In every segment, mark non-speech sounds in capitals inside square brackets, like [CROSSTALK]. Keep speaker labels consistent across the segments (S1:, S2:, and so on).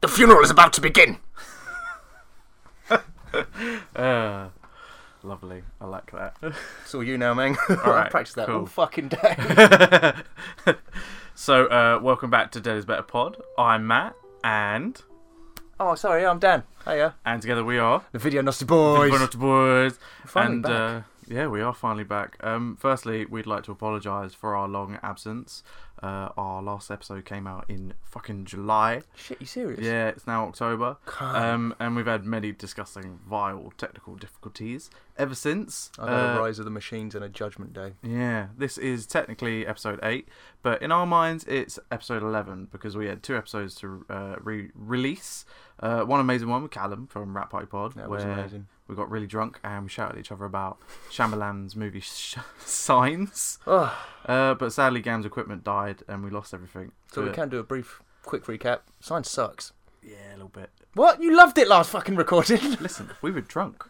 S1: The funeral is about to begin.
S2: Uh, lovely. I like that. [LAUGHS]
S1: It's all you now, [LAUGHS] man. I
S2: right,
S1: practice that all
S2: cool.
S1: fucking day.
S2: so, uh, welcome back to Dead is Better Pod. I'm Matt, and
S1: [LAUGHS] oh, sorry, I'm Dan. Hiya.
S2: and together we are
S1: The Video Nasty
S2: the
S1: Boys.
S2: Bonnet Boys.
S1: finally
S2: and
S1: back.
S2: Uh, yeah, we are finally back. Um, firstly, we'd like to apologise for our long absence. Uh, our last episode came out in fucking July.
S1: Shit, you serious?
S2: Yeah, it's now October.
S1: God.
S2: Um, and we've had many discussing vile technical difficulties ever since.
S1: I've had
S2: Uh,
S1: a Rise of the Machines and a Judgment Day.
S2: Yeah, this is technically episode 8, but in our minds it's episode 11 because we had two episodes to uh, re release. Uh, one amazing one with Callum from Rat Party Pod,
S1: That
S2: where
S1: was amazing.
S2: we got really drunk and we shouted at each other about Shyamalan's movie [LAUGHS] sh- Signs.
S1: Oh,
S2: Uh, but sadly, Gam's equipment died and we lost everything.
S1: so we
S2: But-
S1: can do a brief, quick recap. Science sucks.
S2: Yeah, a little bit.
S1: What? You loved it last fucking recording. [LAUGHS]
S2: [LAUGHS] Listen, we were drunk.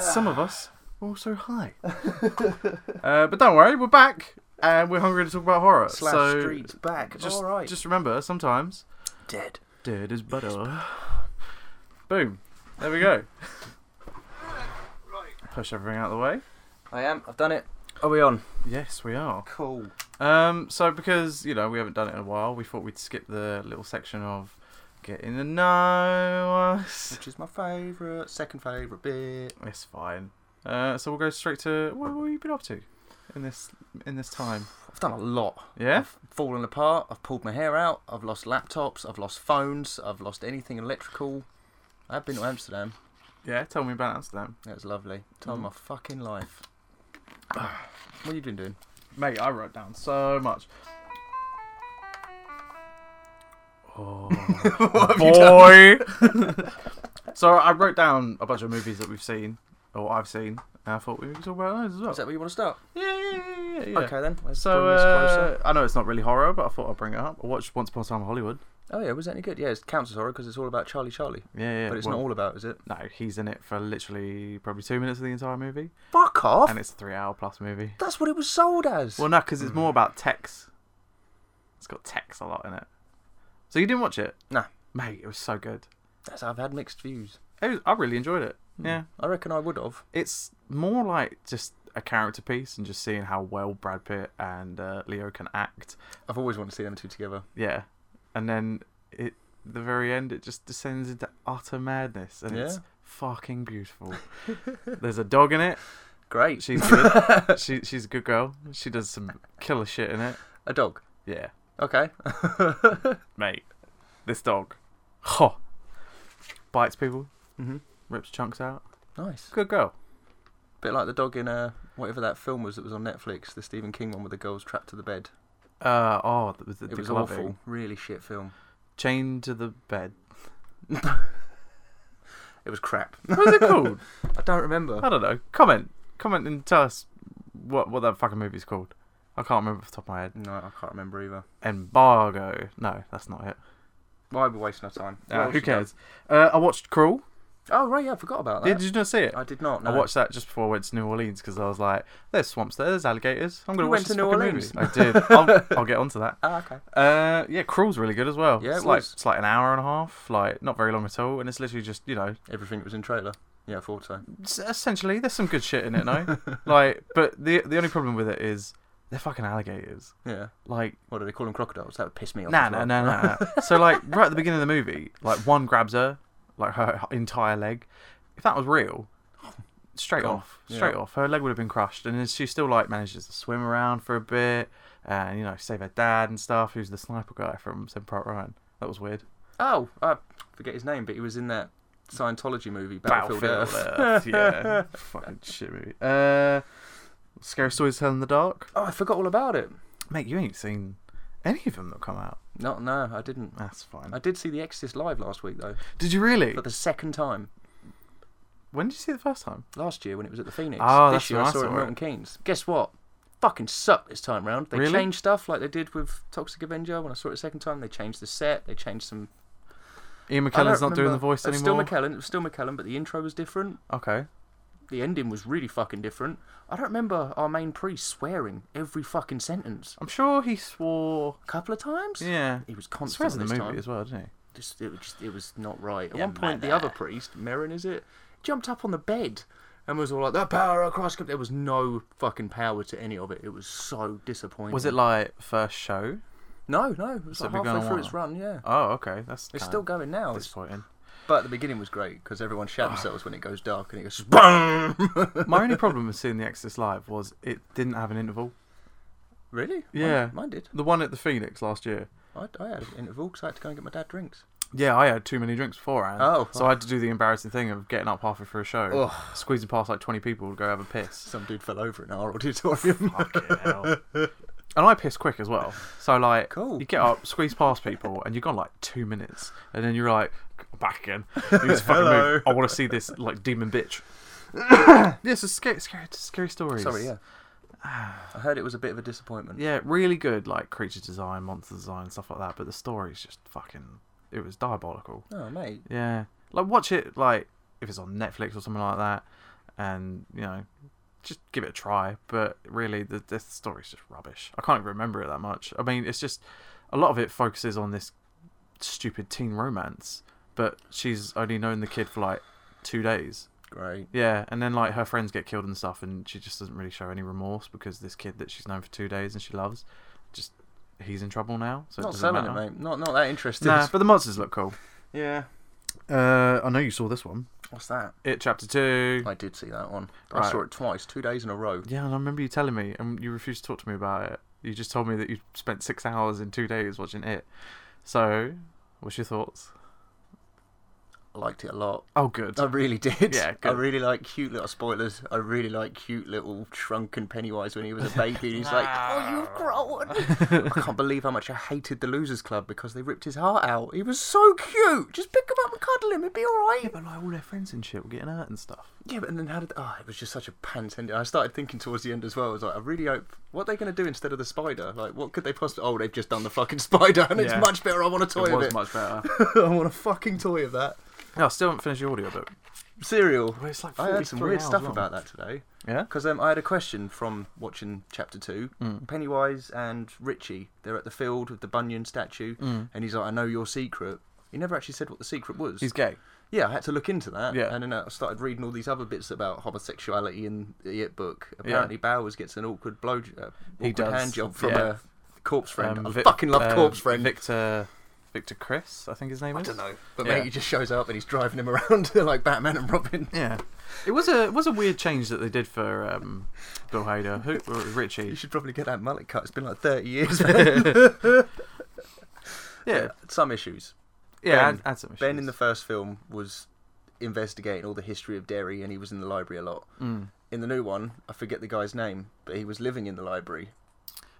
S2: Some of us were also high. uh, but don't worry, we're back and we're hungry to talk about horror.
S1: Slash
S2: so
S1: streets back.
S2: Just,
S1: all right.
S2: just remember, sometimes
S1: dead.
S2: dead is better. Boom. There we [LAUGHS] go. Push everything out of the way.
S1: I am. I've done it. Are we on?
S2: Yes, we are.
S1: Cool.
S2: Um, so because you know we haven't done it in a while, we thought we'd skip the little section of getting to know us. [LAUGHS]
S1: Which is my favourite, second favourite bit.
S2: It's fine. Uh, so we'll go straight to what, what have you been up to in this in this time?
S1: I've done a lot.
S2: Yeah.
S1: I've fallen apart. I've pulled my hair out. I've lost laptops. I've lost phones. I've lost anything electrical. I've been to Amsterdam.
S2: Yeah. Tell me about Amsterdam,
S1: That was lovely. Time of my fucking [SIGHS] life. what have you been doing?
S2: mate. I wrote down so much. [LAUGHS] Oh.
S1: what have
S2: boy. [LAUGHS] so I wrote down a bunch of movies that we've seen, or I've seen, and I thought we could talk about those as well.
S1: Is that where you want to start?
S2: yeah, yeah, yeah, yeah, yeah.
S1: Okay then. Let's
S2: So
S1: bring this closer.
S2: uh, I know it's not really horror, but I thought I'd bring it up. I watched Once Upon a Time in Hollywood.
S1: Oh yeah, was that any good? Yeah, it counts as horror because it's all about Charlie Charlie.
S2: Yeah, yeah.
S1: but it's
S2: well,
S1: not all about, is it?
S2: No, he's in it for literally probably two minutes of the entire movie,
S1: Fuck off.
S2: and it's a three-hour plus movie.
S1: That's what it was sold as.
S2: Well, no, because it's
S1: Hmm.
S2: more about Tex. It's got Tex a lot in it. So you didn't watch it?
S1: No.
S2: Mate, it was so good.
S1: That's, I've had mixed views.
S2: It was, I really enjoyed it. Yeah.
S1: I reckon I would have.
S2: it's more like just a character piece and just seeing how well Brad Pitt and uh, Leo can act.
S1: I've always wanted to see them two together.
S2: Yeah, and then it the very end it just descends into utter madness and it's
S1: Yeah. [LAUGHS]
S2: fucking beautiful. There's a dog in it.
S1: Great.
S2: She's
S1: [LAUGHS]
S2: good. she she's a good girl. She does some killer shit in it.
S1: A dog.
S2: Yeah,
S1: Okay.
S2: mate, this dog, ho, bites people,
S1: Mhm.
S2: rips chunks out.
S1: nice.
S2: Good girl.
S1: Bit like the dog in uh, whatever that film was that was on Netflix, the Stephen King one with the girls trapped to the bed.
S2: Uh oh, the, the,
S1: It
S2: the
S1: was
S2: gloving.
S1: awful. Really shit film.
S2: Chained to the bed.
S1: It was crap.
S2: What was it called?
S1: I don't remember.
S2: [LAUGHS] I don't know. Comment, comment, and tell us what what that fucking movie's called. I can't remember off the top of my head.
S1: No, I can't remember either.
S2: Embargo. No, that's not it.
S1: Why are we wasting our time? What
S2: Uh,
S1: else
S2: who
S1: you got?
S2: cares? Uh, I watched Crawl.
S1: Oh right, yeah, I forgot about that.
S2: Did, did you not see it?
S1: I did not.
S2: I
S1: No.
S2: watched that just before I went to New Orleans because I was like, "There's swamps there, there's alligators. I'm gonna
S1: You
S2: watch
S1: went
S2: this
S1: to New
S2: fucking
S1: Orleans?
S2: movie." I did. I'll, I'll get onto that.
S1: Ah, okay.
S2: Uh, yeah, Crawl's really good as well.
S1: Yeah, it
S2: it's like
S1: was.
S2: it's like an hour and a half, like not very long at all, and it's literally just you know
S1: Everything that was in trailer. Yeah, I thought so.
S2: s- essentially there's some good shit in
S1: [LAUGHS]
S2: it, no? like, but the the only problem with it is they're fucking alligators.
S1: Yeah.
S2: Like
S1: What do they call them? Crocodiles? That would piss me off.
S2: Nah,
S1: as
S2: nah,
S1: well.
S2: nah, nah.
S1: [LAUGHS]
S2: nah. so like right at the beginning of the movie, like one grabs her, like her entire leg. If that was real, straight
S1: Gone.
S2: off, straight
S1: Yeah.
S2: off, her leg would have been crushed. And then she still like manages to swim around for a bit, and you know save her dad and stuff, who's the sniper guy from Simple Park Ryan. That was weird.
S1: Oh, I forget his name, but he was in that Scientology movie, Battlefield, Earth. [LAUGHS]
S2: Earth, yeah, fucking shit movie. Uh, scary stories to tell in the dark.
S1: Oh, I forgot all about it.
S2: Mate, you ain't seen any of them that come out.
S1: No, no, I didn't.
S2: That's fine.
S1: I did see The Exorcist live last week though,
S2: Did you really?
S1: for the second time
S2: When did you see it the first time?
S1: last year when it was at the Phoenix.
S2: Oh,
S1: this
S2: that's
S1: year
S2: when
S1: I
S2: I
S1: saw it
S2: saw
S1: at
S2: it.
S1: Milton Keynes. Guess what? Fucking sucked this time round. They
S2: Really?
S1: changed stuff like they did with Toxic Avenger when I saw it the second time. They changed the set. They changed some.
S2: Ian
S1: I don't
S2: McKellen's not doing the
S1: remember.
S2: voice
S1: It was
S2: anymore.
S1: Still McKellen. It was still McKellen, but the intro was different.
S2: Okay.
S1: The ending was really fucking different. I don't remember our main priest swearing every fucking sentence.
S2: I'm sure he swore.
S1: A couple of times.
S2: Yeah.
S1: He was
S2: He swears
S1: constant
S2: in the
S1: this
S2: movie
S1: time.
S2: as well, doesn't he?
S1: just it was just it was not right. At
S2: Yeah,
S1: one point, the
S2: mother.
S1: other priest, Merrin, is it, jumped up on the bed and was all like, "The power of Christ!" com-" There was no fucking power to any of it. It was so disappointing.
S2: Was it like first show?
S1: No, no. It was
S2: So
S1: like
S2: we've
S1: halfway
S2: gone a
S1: through
S2: while.
S1: its run. Yeah,
S2: Oh, okay. That's
S1: it's
S2: kind
S1: still
S2: of
S1: going now. It's-
S2: disappointing.
S1: But the beginning was great because everyone
S2: Oh.
S1: shout themselves when it goes dark and it
S2: [LAUGHS]
S1: goes boom.
S2: My only problem with seeing The Exorcist live was it didn't have an interval.
S1: really? Mine-
S2: Yeah.
S1: Mine, did.
S2: The one at the Phoenix last year.
S1: I, I had an interval because I had to go and get my dad drinks.
S2: Yeah, I had too many drinks beforehand.
S1: Oh,
S2: so I had to do the embarrassing thing of getting up halfway through a show,
S1: Ugh.
S2: squeezing past like twenty people to go have a piss.
S1: Some dude fell over in our
S2: [LAUGHS]
S1: auditorium. [LAUGHS]
S2: And I piss quick as well. So like,
S1: Cool.
S2: you get up, squeeze past people, and you're gone like two minutes, and then you're like
S1: [LAUGHS]
S2: back again. You just fucking
S1: Hello.
S2: move. I want to see this like
S1: [COUGHS]
S2: demon bitch. yes, it's scary, scary, scary stories.
S1: Sorry, yeah. I heard it was a bit of a disappointment.
S2: Ah. Yeah, really good, like creature design, monster design, stuff like that. But the story's just fucking. It was diabolical.
S1: Oh, mate.
S2: Yeah, like watch it, like if it's on Netflix or something like that, and you know, just give it a try. But really, the this story's just rubbish. I can't even remember it that much. I mean, it's just a lot of it focuses on this stupid teen romance, but she's only known the kid for like two days.
S1: Great.
S2: Yeah, and then like her friends get killed and stuff, and she just doesn't really show any remorse because this kid that she's known for two days and she loves, just he's in trouble now. So
S1: not
S2: it
S1: selling
S2: matter.
S1: it, mate. Not not that interested. [LAUGHS]
S2: Nah, but the monsters look cool.
S1: yeah.
S2: Uh, I know you saw this one.
S1: What's that?
S2: It chapter two.
S1: I did see that one. I
S2: Right.
S1: saw it twice, two days in a row.
S2: Yeah, and I remember you telling me, and you refused to talk to me about it. You just told me that you spent six hours in two days watching it. So, what's your thoughts?
S1: I liked it a lot.
S2: Oh, good.
S1: I really [LAUGHS] did.
S2: Yeah,
S1: I
S2: good.
S1: really like cute little spoilers. I really like cute little shrunken Pennywise when he was a baby. and he's
S2: [LAUGHS]
S1: like, "Oh, you've grown." I can't believe how much I hated the Losers Club because they ripped his heart out. He was so cute. Just pick him up and cuddle him. It'd be all right.
S2: but like all their friends and shit were getting hurt and stuff.
S1: Yeah, but then how did? Oh, it was just such a pants ending. I started thinking towards the end as well. I was like, I really hope what are they going to do instead of the spider? Like, what could they possibly? Oh, they've just done the fucking [LAUGHS] spider, and it's
S2: Yeah.
S1: much better. I want a toy
S2: it
S1: of
S2: was
S1: it.
S2: much [LAUGHS] better.
S1: [LAUGHS] I want a fucking toy of that
S2: no, I still haven't finished the audiobook.
S1: cereal.
S2: Well, it's like
S1: I heard some
S2: 43
S1: weird
S2: hours
S1: stuff
S2: long.
S1: about that today.
S2: Yeah.
S1: Because um, I had a question from watching chapter two.
S2: Mm.
S1: Pennywise and Richie, they're at the field with the Bunyan statue,
S2: Mm.
S1: and he's like, "I know your secret." He never actually said what the secret was.
S2: He's gay.
S1: yeah, I had to look into that.
S2: Yeah.
S1: And then I started reading all these other bits about homosexuality in the It book. Apparently, Bowers gets an awkward blow, uh,
S2: He
S1: awkward
S2: does,
S1: hand job from
S2: yeah.
S1: a corpse friend.
S2: Um,
S1: I
S2: Vic-
S1: fucking love
S2: uh,
S1: corpse friend.
S2: Victor, Victor Chris, I think his name
S1: I
S2: is.
S1: don't know, but
S2: Yeah.
S1: mate, he just shows up and he's driving him around [LAUGHS] like Batman and Robin.
S2: Yeah, it was a it was a weird change that they did for um, Bill Hader, who or
S1: You [LAUGHS]
S2: Richie.
S1: should probably get that mullet cut. It's been like thirty
S2: [LAUGHS]
S1: years. [LAUGHS]
S2: Yeah,
S1: Some issues.
S2: yeah,
S1: Ben-
S2: add, add some
S1: Ben
S2: issues.
S1: in the first film was investigating all the history of Derry, and he was in the library a lot.
S2: Mm.
S1: In the new one, I forget the guy's name, but he was living in the library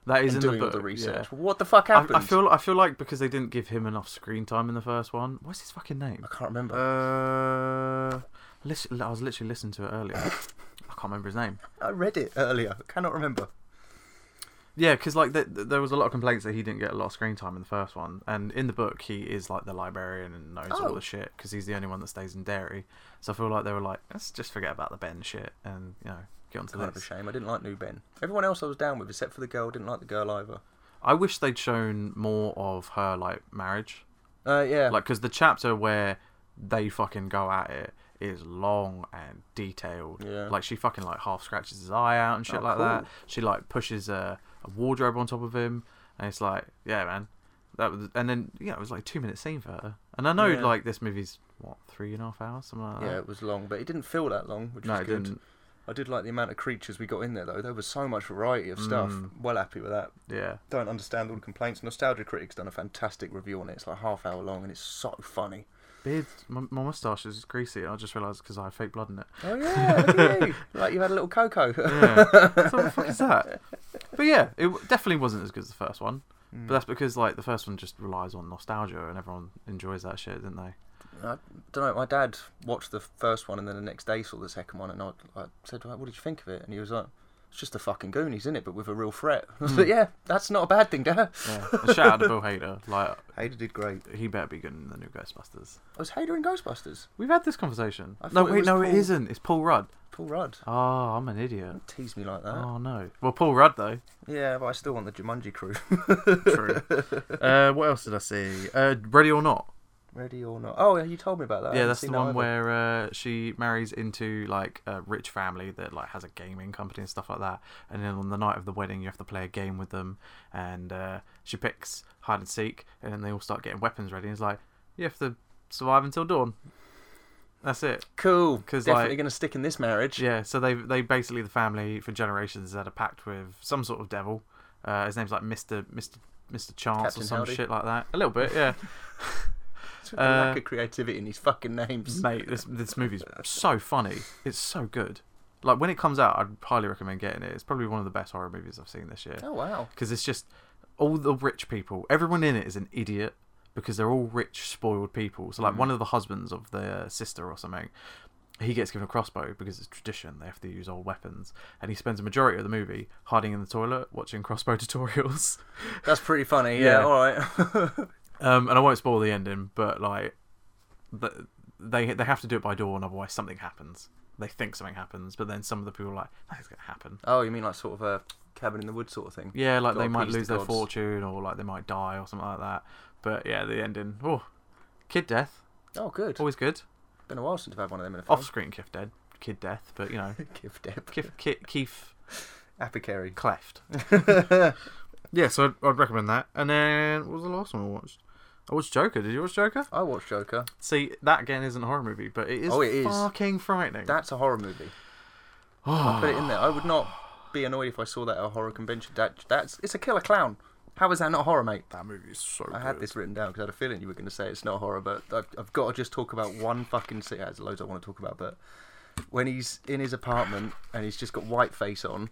S2: that is
S1: and
S2: in
S1: doing
S2: the book.
S1: all the research.
S2: yeah.
S1: What the fuck
S2: I,
S1: happened?
S2: I feel I feel like because they didn't give him enough screen time in the first one. What's his fucking name?
S1: I can't remember.
S2: Uh, lit- I was literally listening to it earlier. I can't remember his name.
S1: I read it earlier. I cannot remember.
S2: Yeah, because like th th- there was a lot of complaints that he didn't get a lot of screen time in the first one, and in the book he is like the librarian and knows
S1: Oh.
S2: all the shit because he's the only one that stays in Derry. So I feel like they were like, let's just forget about the Ben shit and you know get onto
S1: Kind of a
S2: this.
S1: shame. I didn't like New Ben. Everyone else I was down with, except for the girl, didn't like the girl either.
S2: I wish they'd shown more of her like marriage,
S1: Uh, yeah.
S2: like because the chapter where they fucking go at it is long and detailed.
S1: Yeah.
S2: Like she fucking like half scratches his eye out and shit
S1: Oh,
S2: like that.
S1: cool.
S2: She like pushes a, a wardrobe on top of him, and it's like, yeah, man. That was, and then yeah, it was like a two minute scene for her. And I know
S1: Yeah.
S2: like this movie's what three and a half hours, something like that.
S1: yeah, it was long, but it didn't feel that long, which
S2: uh, no,
S1: was
S2: it
S1: good.
S2: didn't.
S1: I did like the amount of creatures we got in there, though. There was so much variety of stuff.
S2: Mm.
S1: Well happy with that.
S2: Yeah,
S1: don't understand all the complaints. Nostalgia Critic's done a fantastic review on it. It's like half hour long and it's so funny.
S2: [LAUGHS] beard. My, my mustache is greasy. and I just realised because I have
S1: [LAUGHS]
S2: fake blood in it.
S1: Oh yeah, look at you. like you had a little [LAUGHS] cocoa.
S2: Yeah. so what the fuck is that? But yeah, it w- definitely wasn't as good as the first one.
S1: Mm.
S2: But that's because like the first one just relies on nostalgia, and everyone enjoys that shit, didn't they?
S1: I don't know. My dad watched the first one and then the next day saw the second one and I, I said, "What did you think of it?" And he was like. It's just the fucking Goonies, isn't it? But with a real threat. [LAUGHS] I was like, yeah, that's not a bad thing, Dad.
S2: Yeah. And shout out to Bill Hader. Like
S1: Hader did great.
S2: he better be good in the new Ghostbusters.
S1: Was Hader in Ghostbusters?
S2: We've had this conversation.
S1: I
S2: No,
S1: thought it
S2: wait,
S1: was
S2: no, it
S1: Paul-
S2: isn't. It's Paul Rudd.
S1: Paul Rudd.
S2: Oh, I'm an idiot.
S1: Don't tease me like that.
S2: Oh no. Well, Paul Rudd though.
S1: Yeah, but I still want the Jumanji crew. [LAUGHS]
S2: [LAUGHS] True. uh, what else did I see? Uh, Ready or Not.
S1: Ready or not? Oh, yeah, you told me about that. I
S2: yeah,
S1: haven't
S2: that's the
S1: seen that
S2: one
S1: either.
S2: where uh, she marries into like a rich family that like has a gaming company and stuff like that. And then on the night of the wedding, you have to play a game with them. And uh, she picks hide and seek, and then they all start getting weapons ready. And it's like you have to survive until dawn. That's it.
S1: Cool.
S2: 'Cause,
S1: definitely
S2: like-
S1: going to stick in this marriage.
S2: Yeah. So they they basically the family for generations had a pact with some sort of devil. Uh, his name's like Mister Mister Mister Chance
S1: Captain
S2: or some
S1: Howdy.
S2: shit like that. A little bit, yeah.
S1: It's with the lack of creativity in these fucking names.
S2: uh, mate this this movie's so funny it's so good like when it comes out i'd highly recommend getting it it's probably one of the best horror movies i've seen this year
S1: Oh wow.
S2: because it's just all the rich people everyone in it is an idiot because they're all rich spoiled people so like one of the husbands of their sister or something he gets given a crossbow because it's tradition they have to use old weapons and he spends a majority of the movie hiding in the toilet watching crossbow [LAUGHS] tutorials
S1: That's pretty funny. Yeah.
S2: Yeah.
S1: All right. [LAUGHS]
S2: Um, and I won't spoil the ending, but like, th they they have to do it by dawn, otherwise something happens. They think something happens, but then some of the people are like, "Nothing's gonna happen."
S1: oh, you mean like sort of a cabin in the woods sort of thing?
S2: Yeah, like
S1: Gotta
S2: they might
S1: please the
S2: lose their
S1: gods.
S2: fortune, or like they might die, or something like that. But yeah, the ending. Oh, kid death,
S1: Oh, good.
S2: always good.
S1: Been a while since I've had one of them in a film.
S2: Off screen, kid dead, kid death, but you know,
S1: Give Deb.
S2: Keith, Keith, Keith [LAUGHS]
S1: Apicary.
S2: cleft. yeah, so I'd, I'd recommend that. And then what was the last one I watched? I watched Joker. Did you watch Joker?
S1: I watched Joker.
S2: See, that again isn't a horror movie, but it is
S1: Oh, it is.
S2: fucking frightening.
S1: That's a horror movie.
S2: Oh.
S1: I'll put it in there. I would not be annoyed if I saw that at a horror convention. That that's it's a killer clown. How is that not horror, mate?
S2: That movie is so
S1: I had this written down because I had a feeling you were going to say it's not horror, but I've, I've got to just talk about one fucking scene. There's loads I want to talk about, but when he's in his apartment and he's just got white face on,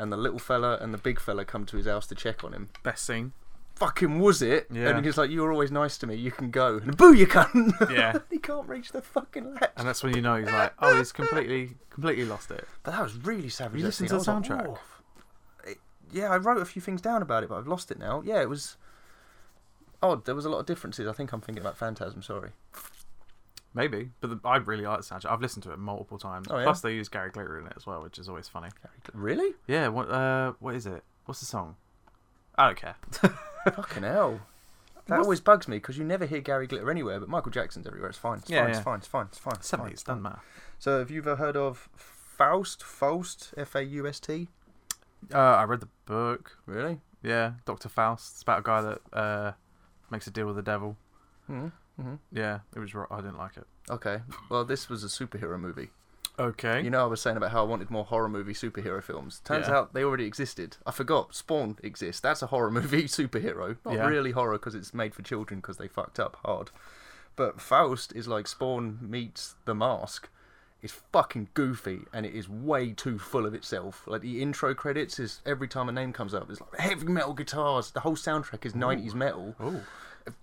S1: and the little fella and the big fella come to his house to check on him.
S2: best scene.
S1: Fucking was it?
S2: Yeah.
S1: And he's like, "You were always nice to me. You can go." And boo, you cunt. [LAUGHS]
S2: Yeah.
S1: he can't reach the fucking latch.
S2: And that's when you know he's like, oh, he's completely, completely lost it.
S1: But that was really savage.
S2: You
S1: that
S2: listened
S1: scene.
S2: to
S1: I
S2: the
S1: was like,
S2: soundtrack?
S1: "Whoa." It- yeah, I wrote a few things down about it, but I've lost it now. Yeah, it was odd. There was a lot of differences. I think I'm thinking about Phantasm. Sorry.
S2: Maybe, but the, I really like the soundtrack. I've listened to it multiple times.
S1: Oh, yeah?
S2: Plus, they use Gary Glitter in it as well, which is always funny.
S1: Really?
S2: Yeah. What? Uh, what is it? What's the song? I don't care.
S1: [LAUGHS] Fucking hell. That
S2: What's-
S1: always bugs me because you never hear Gary Glitter anywhere, but Michael Jackson's everywhere. It's fine. It's
S2: Yeah,
S1: fine,
S2: yeah.
S1: It's fine. It's fine. It's fine. It's fine.
S2: Seventies doesn't matter.
S1: So, have you ever heard of Faust? Faust? F A U S T?
S2: Uh, I read the book.
S1: Really?
S2: Yeah, Doctor Faust. It's about a guy that uh makes a deal with the devil.
S1: hmm hmm
S2: Yeah, it was. ro- I didn't like it.
S1: Okay. Well, this was a superhero movie.
S2: Okay.
S1: You know, I was saying about how I wanted more horror movie superhero films. Turns
S2: Yeah.
S1: out they already existed. I forgot. Spawn exists. That's a horror movie [LAUGHS] superhero. Not
S2: Yeah.
S1: really horror because it's made for children because they fucked up hard. But Faust is like Spawn meets The Mask. It's fucking goofy and it is way too full of itself. Like the intro credits is every time a name comes up, it's like heavy metal guitars. The whole soundtrack is 90s metal.
S2: oh,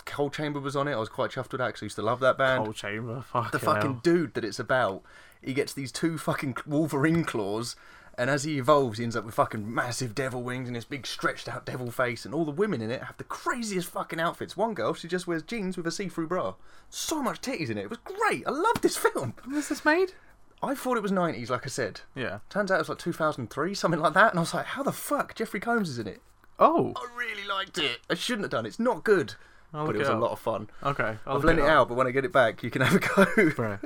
S1: Cold Chamber was on it. I was quite chuffed with that 'cause I used to love that band
S2: whole chamber.
S1: the fucking dude that it's about. He gets these two fucking Wolverine claws, and as he evolves, he ends up with fucking massive devil wings and this big stretched out devil face. And all the women in it have the craziest fucking outfits. One girl, she just wears jeans with a see through bra. So much titties in it. It was great. I love this film.
S2: Was this made?
S1: I thought it was 90s, like I said.
S2: Yeah.
S1: Turns out it was like 2003, something like that. And I was like, how the fuck? Jeffrey Combs is in it.
S2: Oh.
S1: I really liked it. I shouldn't have done it. It's not good.
S2: I'll
S1: but
S2: look
S1: it was
S2: it
S1: a
S2: up.
S1: lot of fun.
S2: Okay. I'll
S1: I've
S2: look
S1: lent it
S2: up.
S1: out, but when I get it back, you can have a go. [LAUGHS]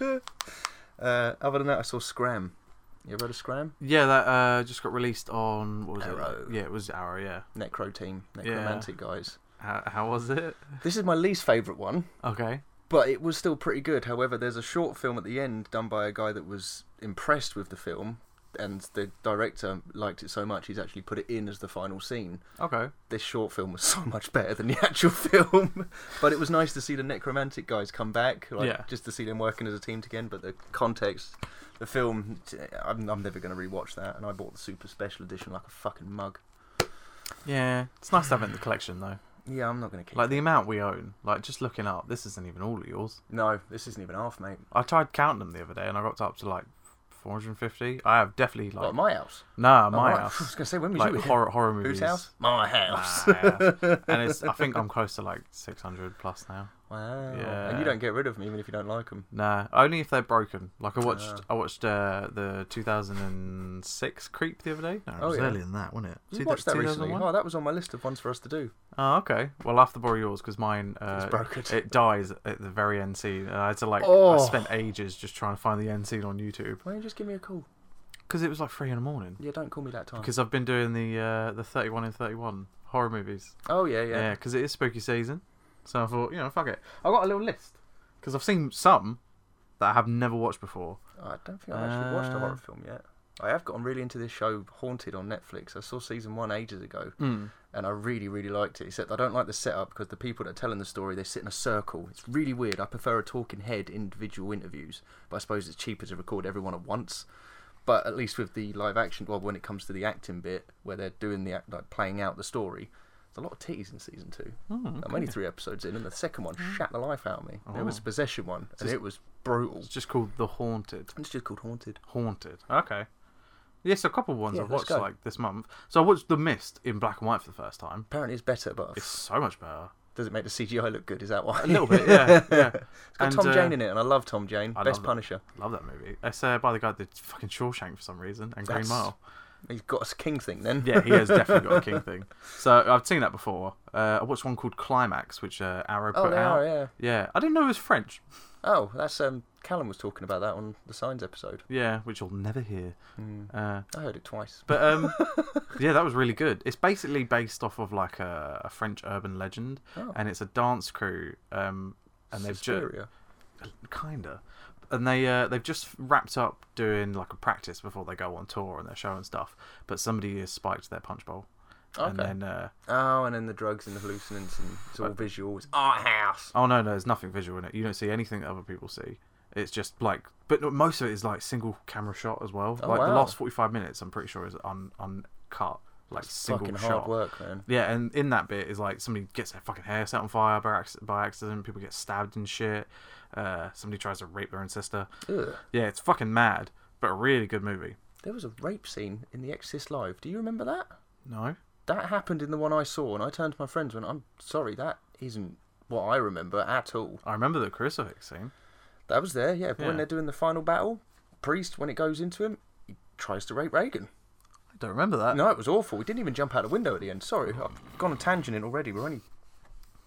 S2: Right.
S1: Uh, other than that, I saw Scram. You ever heard of Scram?
S2: Yeah, that uh, just got released on what was
S1: Arrow.
S2: it? Yeah, it was Arrow. Yeah.
S1: Necro Team, Necromantic guys.
S2: How, how was it?
S1: This is my least favourite one,
S2: Okay.
S1: but it was still pretty good. However, there's a short film at the end done by a guy that was impressed with the film, and the director liked it so much he's actually put it in as the final scene.
S2: Okay.
S1: This short film was [LAUGHS] so much better than the actual film, [LAUGHS] but it was nice to see the Necromantic guys come back, like,
S2: Yeah.
S1: just to see them working as a team again. But the context, the film, I'm, I'm never going to rewatch that, and I bought the super special edition like a fucking mug.
S2: Yeah, it's nice to have it in the collection though.
S1: Yeah, I'm not going to keep
S2: Like the amount we own. Like just looking up, this isn't even all yours.
S1: No, this isn't even half, mate.
S2: I tried counting them the other day, and I got up to like 450. I have definitely
S1: Like,
S2: like
S1: my house. Oh,
S2: nah, Uh, my
S1: right. [LAUGHS] I was
S2: house.
S1: gonna say when was
S2: Like [LAUGHS]
S1: you?
S2: horror horror movies.
S1: Whose house? My house.
S2: [LAUGHS] My house. and it's I think I'm close to like 600 plus now.
S1: Wow. And
S2: Yeah.
S1: you don't get rid of them even if you don't like them.
S2: Nah, only if they're broken. Like I watched,
S1: Ah.
S2: I watched uh, the 2006 Creep the other day. No, it
S1: Oh,
S2: was
S1: yeah.
S2: earlier than that, wasn't it?
S1: You
S2: Two-
S1: watched that recently.
S2: 2001?
S1: Oh, that was on my list of ones for us to do.
S2: Oh, okay. Well, I'll have to borrow yours because mine uh,
S1: broken.
S2: It dies at the very end scene, and I had to like I
S1: Oh.
S2: spent ages just trying to find the end scene on YouTube
S1: Why don't you just give me a call?
S2: because it was like three in the morning.
S1: Yeah, don't call me that time.
S2: Because I've been doing the uh, the 31 and 31 horror movies.
S1: oh yeah, yeah.
S2: Yeah, because it is spooky season, so I thought you know fuck it. I got a little list because I've seen some that I have never watched before.
S1: I don't think I've actually watched
S2: Uh,
S1: a horror film yet. I have gotten really into this show, Haunted, on Netflix. I saw season one ages ago,
S2: Mm.
S1: and I really, really liked it. Except I don't like the setup because the people that are telling the story they sit in a circle. It's really weird. I prefer a talking head individual interviews, but I suppose it's cheaper to record everyone at once. But at least with the live action, well, when it comes to the acting bit where they're doing the act, like playing out the story, there's a lot of titties in season two.
S2: Oh,
S1: I'm
S2: okay. Ah.
S1: only three episodes in, and the second one shat the life out of me. It was
S2: Oh.
S1: a possession one, and
S2: Just-
S1: it was brutal.
S2: It's just called The Haunted.
S1: It's just called Haunted.
S2: Haunted. Okay. Yes, a couple of ones
S1: Yeah,
S2: I've
S1: let's
S2: watched
S1: go.
S2: like this month. So I watched The Mist in black and white for the first time.
S1: Apparently, it's better, but
S2: It's so much better.
S1: does it make the CGI look good? Is that why?
S2: [LAUGHS] A little bit, yeah, yeah.
S1: [LAUGHS] It's got
S2: And,
S1: Tom
S2: uh,
S1: Jane in it, and I love Tom Jane.
S2: I
S1: Best
S2: love that.
S1: Punisher.
S2: Love that movie. It's uh, by the guy that did fucking Shawshank for some reason and Green
S1: That's-
S2: Mile.
S1: He's got a king thing then.
S2: [LAUGHS] Yeah, he has definitely got a king thing. [LAUGHS] So I've seen that before. Uh, I watched one called Climax, which uh, Arrow
S1: Oh,
S2: put
S1: they
S2: out.
S1: are, yeah.
S2: yeah, I didn't know it was French.
S1: Oh, that's um. Callum was talking about that on the Signs episode.
S2: Yeah, which you'll never hear. Uh,
S1: I heard it twice.
S2: But [LAUGHS] um, yeah, that was really good. It's basically based off of like a, a French urban legend,
S1: Oh.
S2: and it's a dance crew. Um, and they've just
S1: Suspiria.
S2: kinda, and they uh, they've just wrapped up doing like a practice before they go on tour and they're showing stuff. But somebody has spiked their punch bowl, and
S1: Okay.
S2: then uh,
S1: Oh, and then the drugs and the hallucinants and it's all visual. It's art house.
S2: oh no, no, there's nothing visual in it. You don't see anything that other people see. It's just like, but no- most of it is like single camera shot as well.
S1: Oh,
S2: like the
S1: wow.
S2: last forty five minutes, I'm pretty sure is un uncut, like single
S1: Fucking
S2: shot.
S1: hard work, man.
S2: Yeah, and in that bit is like somebody gets their fucking hair set on fire by, acc- by accident. People get stabbed and shit. Uh, somebody tries to rape their own sister.
S1: Ugh.
S2: Yeah, it's fucking mad, but a really good movie.
S1: There was a rape scene in The Exorcist Live. Do you remember that?
S2: No,
S1: That happened in the one I saw, and I turned to my friends and went, I'm sorry, that isn't what I remember at all.
S2: I remember the crucifix scene.
S1: That was there, yeah. But
S2: Yeah.
S1: when they're doing the final battle, priest when it goes into him, he tries to rape Reagan.
S2: I don't remember that.
S1: No, it was awful. We didn't even jump out the window at the end. Sorry, I've gone on tangent in already. We're only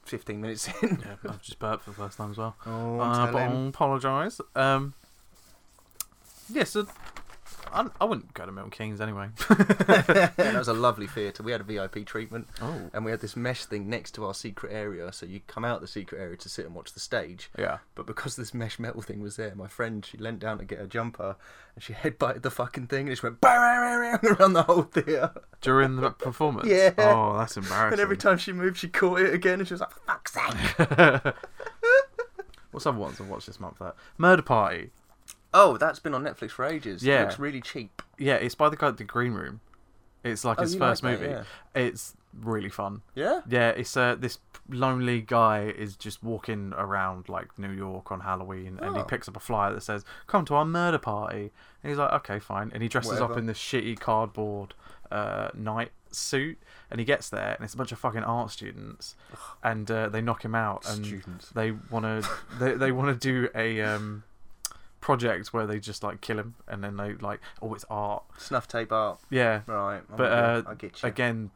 S1: fifteen minutes in. [LAUGHS]
S2: Yeah, I've just burped for the first time as well.
S1: Oh,
S2: Uh, but I apologise. Um, yeah, so I, I wouldn't go to Milton Keynes anyway.
S1: that was a lovely theatre. We had a VIP treatment,
S2: oh,
S1: and we had this mesh thing next to our secret area. So you come out the secret area to sit and watch the stage.
S2: [LAUGHS] yeah.
S1: But because this mesh metal thing was there, my friend she leant down to get her jumper, and she [LAUGHS] headbutted the fucking thing, and it just went bang, bang, bang, bang, [LAUGHS] around the whole theatre.
S2: During the [LAUGHS] performance.
S1: Yeah.
S2: Oh, that's embarrassing.
S1: And every time she moved, she caught it again, and she was like, "For "Fuck's sake!" [LAUGHS]
S2: [LAUGHS] What's other ones I've watched this month? That Murder Party.
S1: Oh, that's been on Netflix for ages.
S2: Yeah.
S1: it looks really cheap.
S2: Yeah, it's by the guy at the Green Room. It's like
S1: Oh,
S2: his
S1: you
S2: first
S1: like that,
S2: movie.
S1: yeah.
S2: It's really fun.
S1: Yeah,
S2: Yeah, it's uh, this lonely guy is just walking around like New York on Halloween, and he
S1: Oh.
S2: picks up a flyer that says "Come to our murder party," and he's like, "Okay, fine," and he dresses up
S1: Whatever.
S2: in this shitty cardboard uh, night suit, and he gets there, and it's a bunch of fucking art students, and uh, they knock him out, and
S1: Students.
S2: they want
S1: [LAUGHS]
S2: to they, they want to do a um, project where they just like kill him, and then they like, oh, it's art,
S1: snuff tape art.
S2: yeah,
S1: Right, I'm
S2: but uh,
S1: with you. I get you.
S2: again,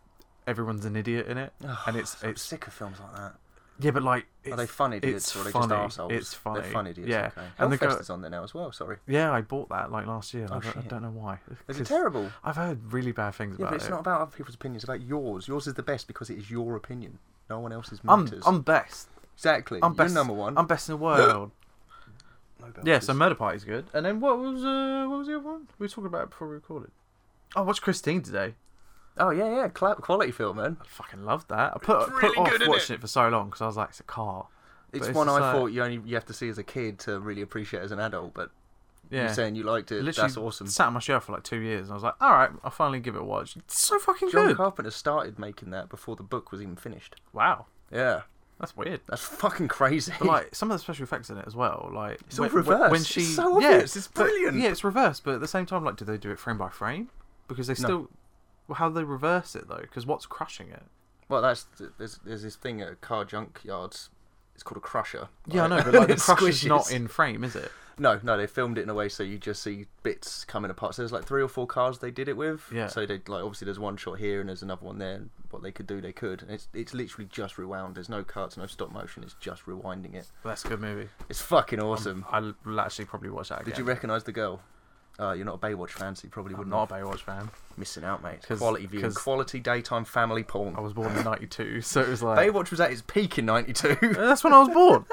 S2: everyone's an idiot in it,
S1: Ugh,
S2: and it's
S1: I'm
S2: it's
S1: sick of films like that.
S2: yeah, but like, it's,
S1: Are they fun idiots
S2: it's
S1: or are they
S2: funny.
S1: just arseholes?
S2: It's funny.
S1: They're fun idiots.
S2: Yeah,
S1: Okay.
S2: and the
S1: Hellfest
S2: guy-
S1: is on there now as well. Sorry.
S2: yeah, I bought that like last year. and
S1: Oh,
S2: I, don't, I
S1: shit.
S2: don't know why.
S1: Is
S2: 'Cause
S1: it terrible?
S2: I've heard really bad things
S1: Yeah,
S2: about
S1: but it's
S2: it.
S1: not about other people's opinions. It's about yours. Yours is the best because it is your opinion. No one else's
S2: I'm
S1: matters.
S2: I'm best.
S1: exactly.
S2: I'm
S1: You're
S2: best.
S1: number one.
S2: I'm best in
S1: [LAUGHS]
S2: the world.
S1: No
S2: yeah,
S1: belters.
S2: so Murder Party's good. And then what was uh what was the other one we were talking about it before we recorded? Oh, I watched Christine today.
S1: Oh yeah, yeah. Cla- quality film, man.
S2: I fucking loved that. I put
S1: It's
S2: put
S1: really
S2: off
S1: good, isn't
S2: watching it? for so long because I was like, it's a car.
S1: It's,
S2: it's
S1: one
S2: just
S1: I
S2: like-
S1: thought you only you have to see as a kid to really appreciate as an adult. But
S2: Yeah,
S1: you're saying you liked it.
S2: literally
S1: That's awesome.
S2: Sat on my shelf for like two years, and I was like, all right, I'll finally give it a watch. It's so fucking
S1: John
S2: good.
S1: Carpenter started making that before the book was even finished.
S2: wow,
S1: Yeah,
S2: that's weird.
S1: that's fucking crazy.
S2: But like some of the special effects in it as well, like
S1: It's all reversed. It's so obvious. It's
S2: but-
S1: brilliant.
S2: yeah, it's reversed, but at the same time, like, do they do it frame by frame? Because they
S1: No.
S2: still, well, how do they reverse it though? Because what's crushing it?
S1: Well, that's there's, there's this thing at car junkyards. It's called a crusher.
S2: Yeah, I
S1: right?
S2: [LAUGHS]
S1: [LAUGHS]
S2: know, but like the
S1: It
S2: crusher's not
S1: squishes.
S2: in frame, is it?
S1: No, no, they filmed it in a way so you just see bits coming apart. So there's like three or four cars they did it with.
S2: Yeah.
S1: So they like obviously there's one shot here and there's another one there. And what they could do, they could. And it's it's literally just rewound. There's no cuts, no stop motion. It's just rewinding it.
S2: That's a good movie.
S1: It's fucking awesome.
S2: I'll I'll actually probably watch that again.
S1: Did you recognise the girl? Uh, you're not a Baywatch fan, so you probably
S2: I'm
S1: wouldn't.
S2: not a Baywatch fan.
S1: have. missing out, mate.
S2: 'Cause-
S1: quality viewing,
S2: 'cause-
S1: quality daytime family porn.
S2: I was born [LAUGHS] in '92, so it was like
S1: Baywatch was at its peak in [LAUGHS]
S2: [LAUGHS]
S1: '92.
S2: that's when I was born.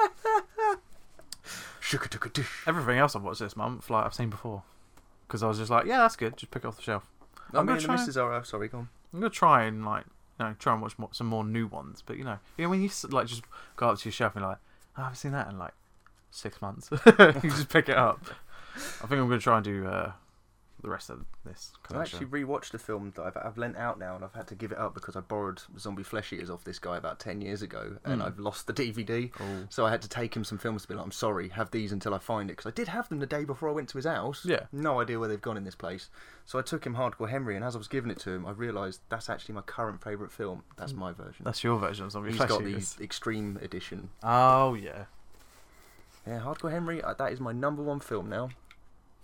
S1: Sugar took a dish.
S2: Everything else I've watched this month, like I've seen before, because I was just like, yeah, that's good. Just pick it off the shelf.
S1: I
S2: I'm
S1: mean,
S2: gonna
S1: the
S2: try-
S1: missus are. oh, sorry, go on.
S2: I'm gonna try and like, you know, try and watch mo- some more new ones. But you know, you know when you s- like just go up to your shelf and you're like, "Oh, I haven't seen that in like six months. [LAUGHS] you just pick it up. I think I'm gonna try and do uh, the rest of this.
S1: I
S2: collection.
S1: actually rewatched a film that I've, I've lent out now, and I've had to give it up because I borrowed Zombie Flesh Eaters off this guy about ten years ago, and
S2: Mm.
S1: I've lost the DVD.
S2: Oh.
S1: So I had to take him some films to be like, "I'm sorry, have these until I find it," because I did have them the day before I went to his house.
S2: Yeah.
S1: No idea where they've gone in this place. So I took him Hardcore Henry, and as I was giving it to him, I realised that's actually my current favourite film. That's my version.
S2: Hmm. That's your version of zombie
S1: He's
S2: Flesh
S1: got the
S2: Eaters.
S1: extreme edition.
S2: Oh yeah.
S1: Yeah, Hardcore Henry. uh, That is my number one film now.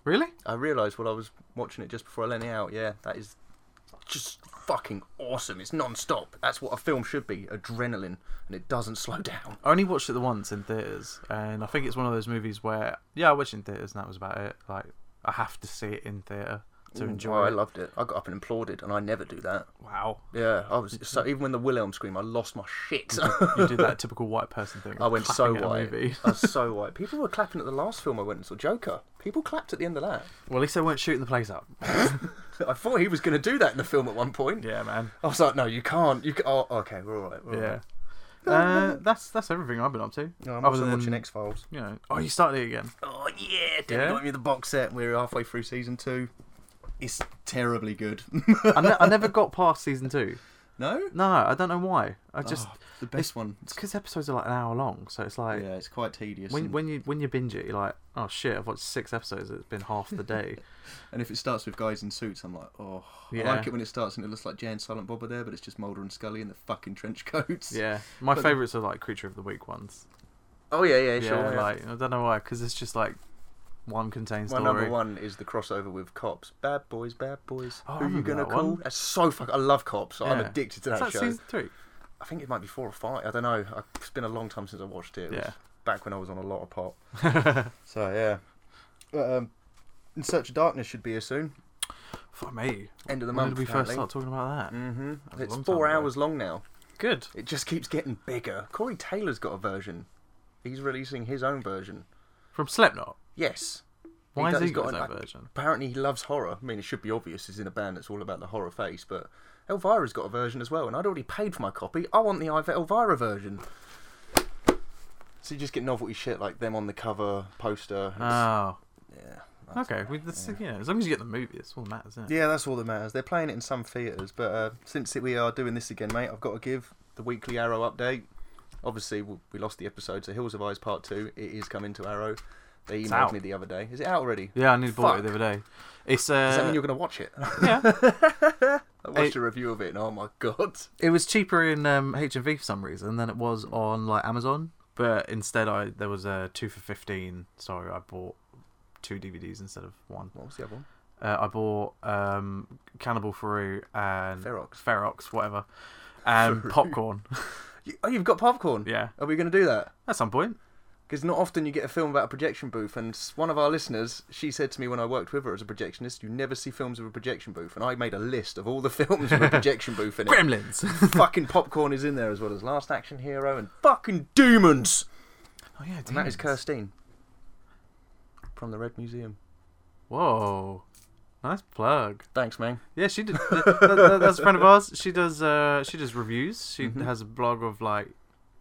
S2: Really?
S1: I realised while I was watching it just before I lent it out, yeah, that is just fucking awesome. It's non stop. That's what a film should be adrenaline, and it doesn't slow [LAUGHS] down.
S2: I only watched it the once in theaters, and I think it's one of those movies where yeah, I watched it in theaters, and that was about it. Like I have to see it in theater to
S1: Ooh,
S2: enjoy.
S1: Oh, I
S2: it.
S1: loved it. I got up and applauded, and I never do that.
S2: wow.
S1: Yeah, I was
S2: [LAUGHS]
S1: so even when the Wilhelm scream, I lost my shit.
S2: You did that typical white person thing.
S1: [LAUGHS] I went so
S2: clapping at a
S1: white.
S2: movie.
S1: I was
S2: [LAUGHS]
S1: so white. People were clapping at the last film I went and saw, Joker. People clapped at the end of that. [LAUGHS]
S2: Well, at least they weren't shooting the place up.
S1: I thought he was going to do that in the film at one point.
S2: Yeah, [LAUGHS] man.
S1: I was like, no, you can't. You ca oh, okay, we're all right. We're all
S2: Yeah.
S1: right.
S2: Uh, that's that's everything I've been up to.
S1: No, I'm
S2: Other
S1: also
S2: than,
S1: watching X Files.
S2: You know, oh, you started it again.
S1: Oh yeah, didn't
S2: Yeah?
S1: got me the box set. We're halfway through season two. It's terribly good. [LAUGHS]
S2: I, ne- I never got past season two.
S1: no,
S2: No, I don't know why. I just
S1: Oh, the best one.
S2: [LAUGHS] it's because episodes are like an hour long, so it's like
S1: Yeah, it's quite tedious.
S2: when
S1: and,
S2: when you when you binge it, you're like, oh shit, I've watched six episodes. It's been half
S1: [LAUGHS]
S2: the day.
S1: and if it starts with guys in suits, I'm like, oh,
S2: Yeah.
S1: I like it when it starts and it looks like Jay and Silent Bob are there, but it's just Mulder and Scully in the fucking trench [LAUGHS] coats.
S2: yeah, my
S1: But-
S2: favourites are like creature of the week ones.
S1: Oh yeah, yeah,
S2: Yeah,
S1: sure. yeah.
S2: like I don't know why, because it's just like one contains
S1: My
S2: story.
S1: number one is the crossover with Cops. Bad boys, bad boys.
S2: Oh, I
S1: Who are you
S2: remember
S1: gonna
S2: that
S1: call?
S2: one.
S1: That's so fuck. I love Cops. I'm
S2: Yeah.
S1: addicted to
S2: Is
S1: that
S2: that
S1: show.
S2: season three?
S1: I think it might be four or five. I don't know. I- It's been a long time since I watched it. It was
S2: Yeah.
S1: back when I was on a lot of pop.
S2: [LAUGHS]
S1: so yeah. But, um, In Search of Darkness should be here soon.
S2: Fuck me.
S1: End of the
S2: when
S1: month.
S2: did we first start talking about that?
S1: hmm
S2: was a
S1: It's
S2: long
S1: four
S2: time ago.
S1: hours long now.
S2: Good.
S1: It just keeps getting bigger. Corey Taylor's got a version. He's releasing his own version.
S2: From Slipknot.
S1: Yes.
S2: Why
S1: does-
S2: has he
S1: he's
S2: got
S1: got
S2: his
S1: an-
S2: own version?
S1: Apparently he loves horror. I mean, it should be obvious. He's in a band that's all about the horror face, but Elvira's got a version as well, and I'd already paid for my copy. I want the Iva Elvira version. So you just get novelty shit like them on the cover, poster. It's-
S2: Oh,
S1: yeah. that's-
S2: okay. We, that's, you know, as long as you get the movie, it's all that matters, isn't it?
S1: Yeah, that's all that matters. They're playing it in some theatres, but uh, since we are doing this again, mate, I've got to give the weekly Arrow update. Obviously, w- we lost the episode, so Hills of Eyes Part 2, it is coming to Arrow. They
S2: It's
S1: emailed
S2: out.
S1: me the other day. Is it out already?
S2: Yeah, I nearly bought it the
S1: Fuck.
S2: other day. It's uh,
S1: Does that mean you're going to watch it?
S2: [LAUGHS] yeah.
S1: I watched
S2: It-
S1: a review of it, and oh my god.
S2: it was cheaper in um, H and V for some reason than it was on like Amazon. But instead, I there was a two for fifteen. Sorry, I bought two DVDs instead of one.
S1: What was the other one?
S2: Uh, I bought um, Cannibal Fru and
S1: Ferox.
S2: Ferox, whatever, and popcorn. [LAUGHS]
S1: You, oh, you've got popcorn?
S2: yeah,
S1: Are we going to do that?
S2: at some point.
S1: Because not often you get a film about a projection booth, and s- one of our listeners, she said to me when I worked with her as a projectionist, you never see films with a projection booth, and I made a list of all the [LAUGHS] films with a projection booth in it.
S2: Gremlins.
S1: [LAUGHS] fucking popcorn is in there as well as Last Action Hero and fucking Demons.
S2: [LAUGHS] oh yeah,
S1: And that is
S2: demons.
S1: Kirstine from the Red Museum.
S2: Whoa, nice plug.
S1: Thanks, man.
S2: Yeah, she did.
S1: [LAUGHS]
S2: th- th- th- that's a friend of ours. She does. Uh, she does reviews. She
S1: Mhm.
S2: has a blog of like,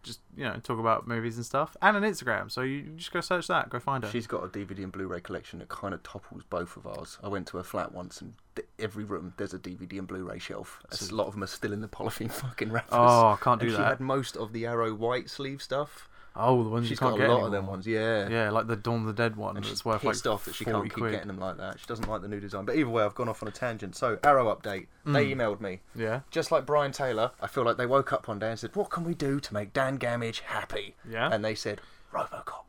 S2: just you know, talk about movies and stuff, and an Instagram. So you just go search that. Go find her.
S1: She's got a DVD and Blu-ray collection that kind of topples both of ours. I went to her flat once, and th- every room there's a DVD and Blu-ray shelf. There's A lot of them are still in the polythene [LAUGHS] fucking wrappers.
S2: oh, I can't
S1: and
S2: do
S1: she
S2: that.
S1: had most of the Arrow white sleeve stuff.
S2: Oh, the ones
S1: She's
S2: you can't
S1: got a
S2: get
S1: lot
S2: anymore.
S1: of them ones, yeah.
S2: Yeah, like the Dawn of the Dead one.
S1: And
S2: that's
S1: she's
S2: worth
S1: pissed
S2: like
S1: off that she
S2: 40
S1: can't keep
S2: quid.
S1: getting them like that. She doesn't like the new design. But either way, I've gone off on a tangent. So, Arrow update. They emailed me.
S2: Yeah,
S1: Just like Brian Taylor, I feel like they woke up one day and said, What can we do to make Dan Gamage happy?
S2: Yeah.
S1: And they said, Robocop.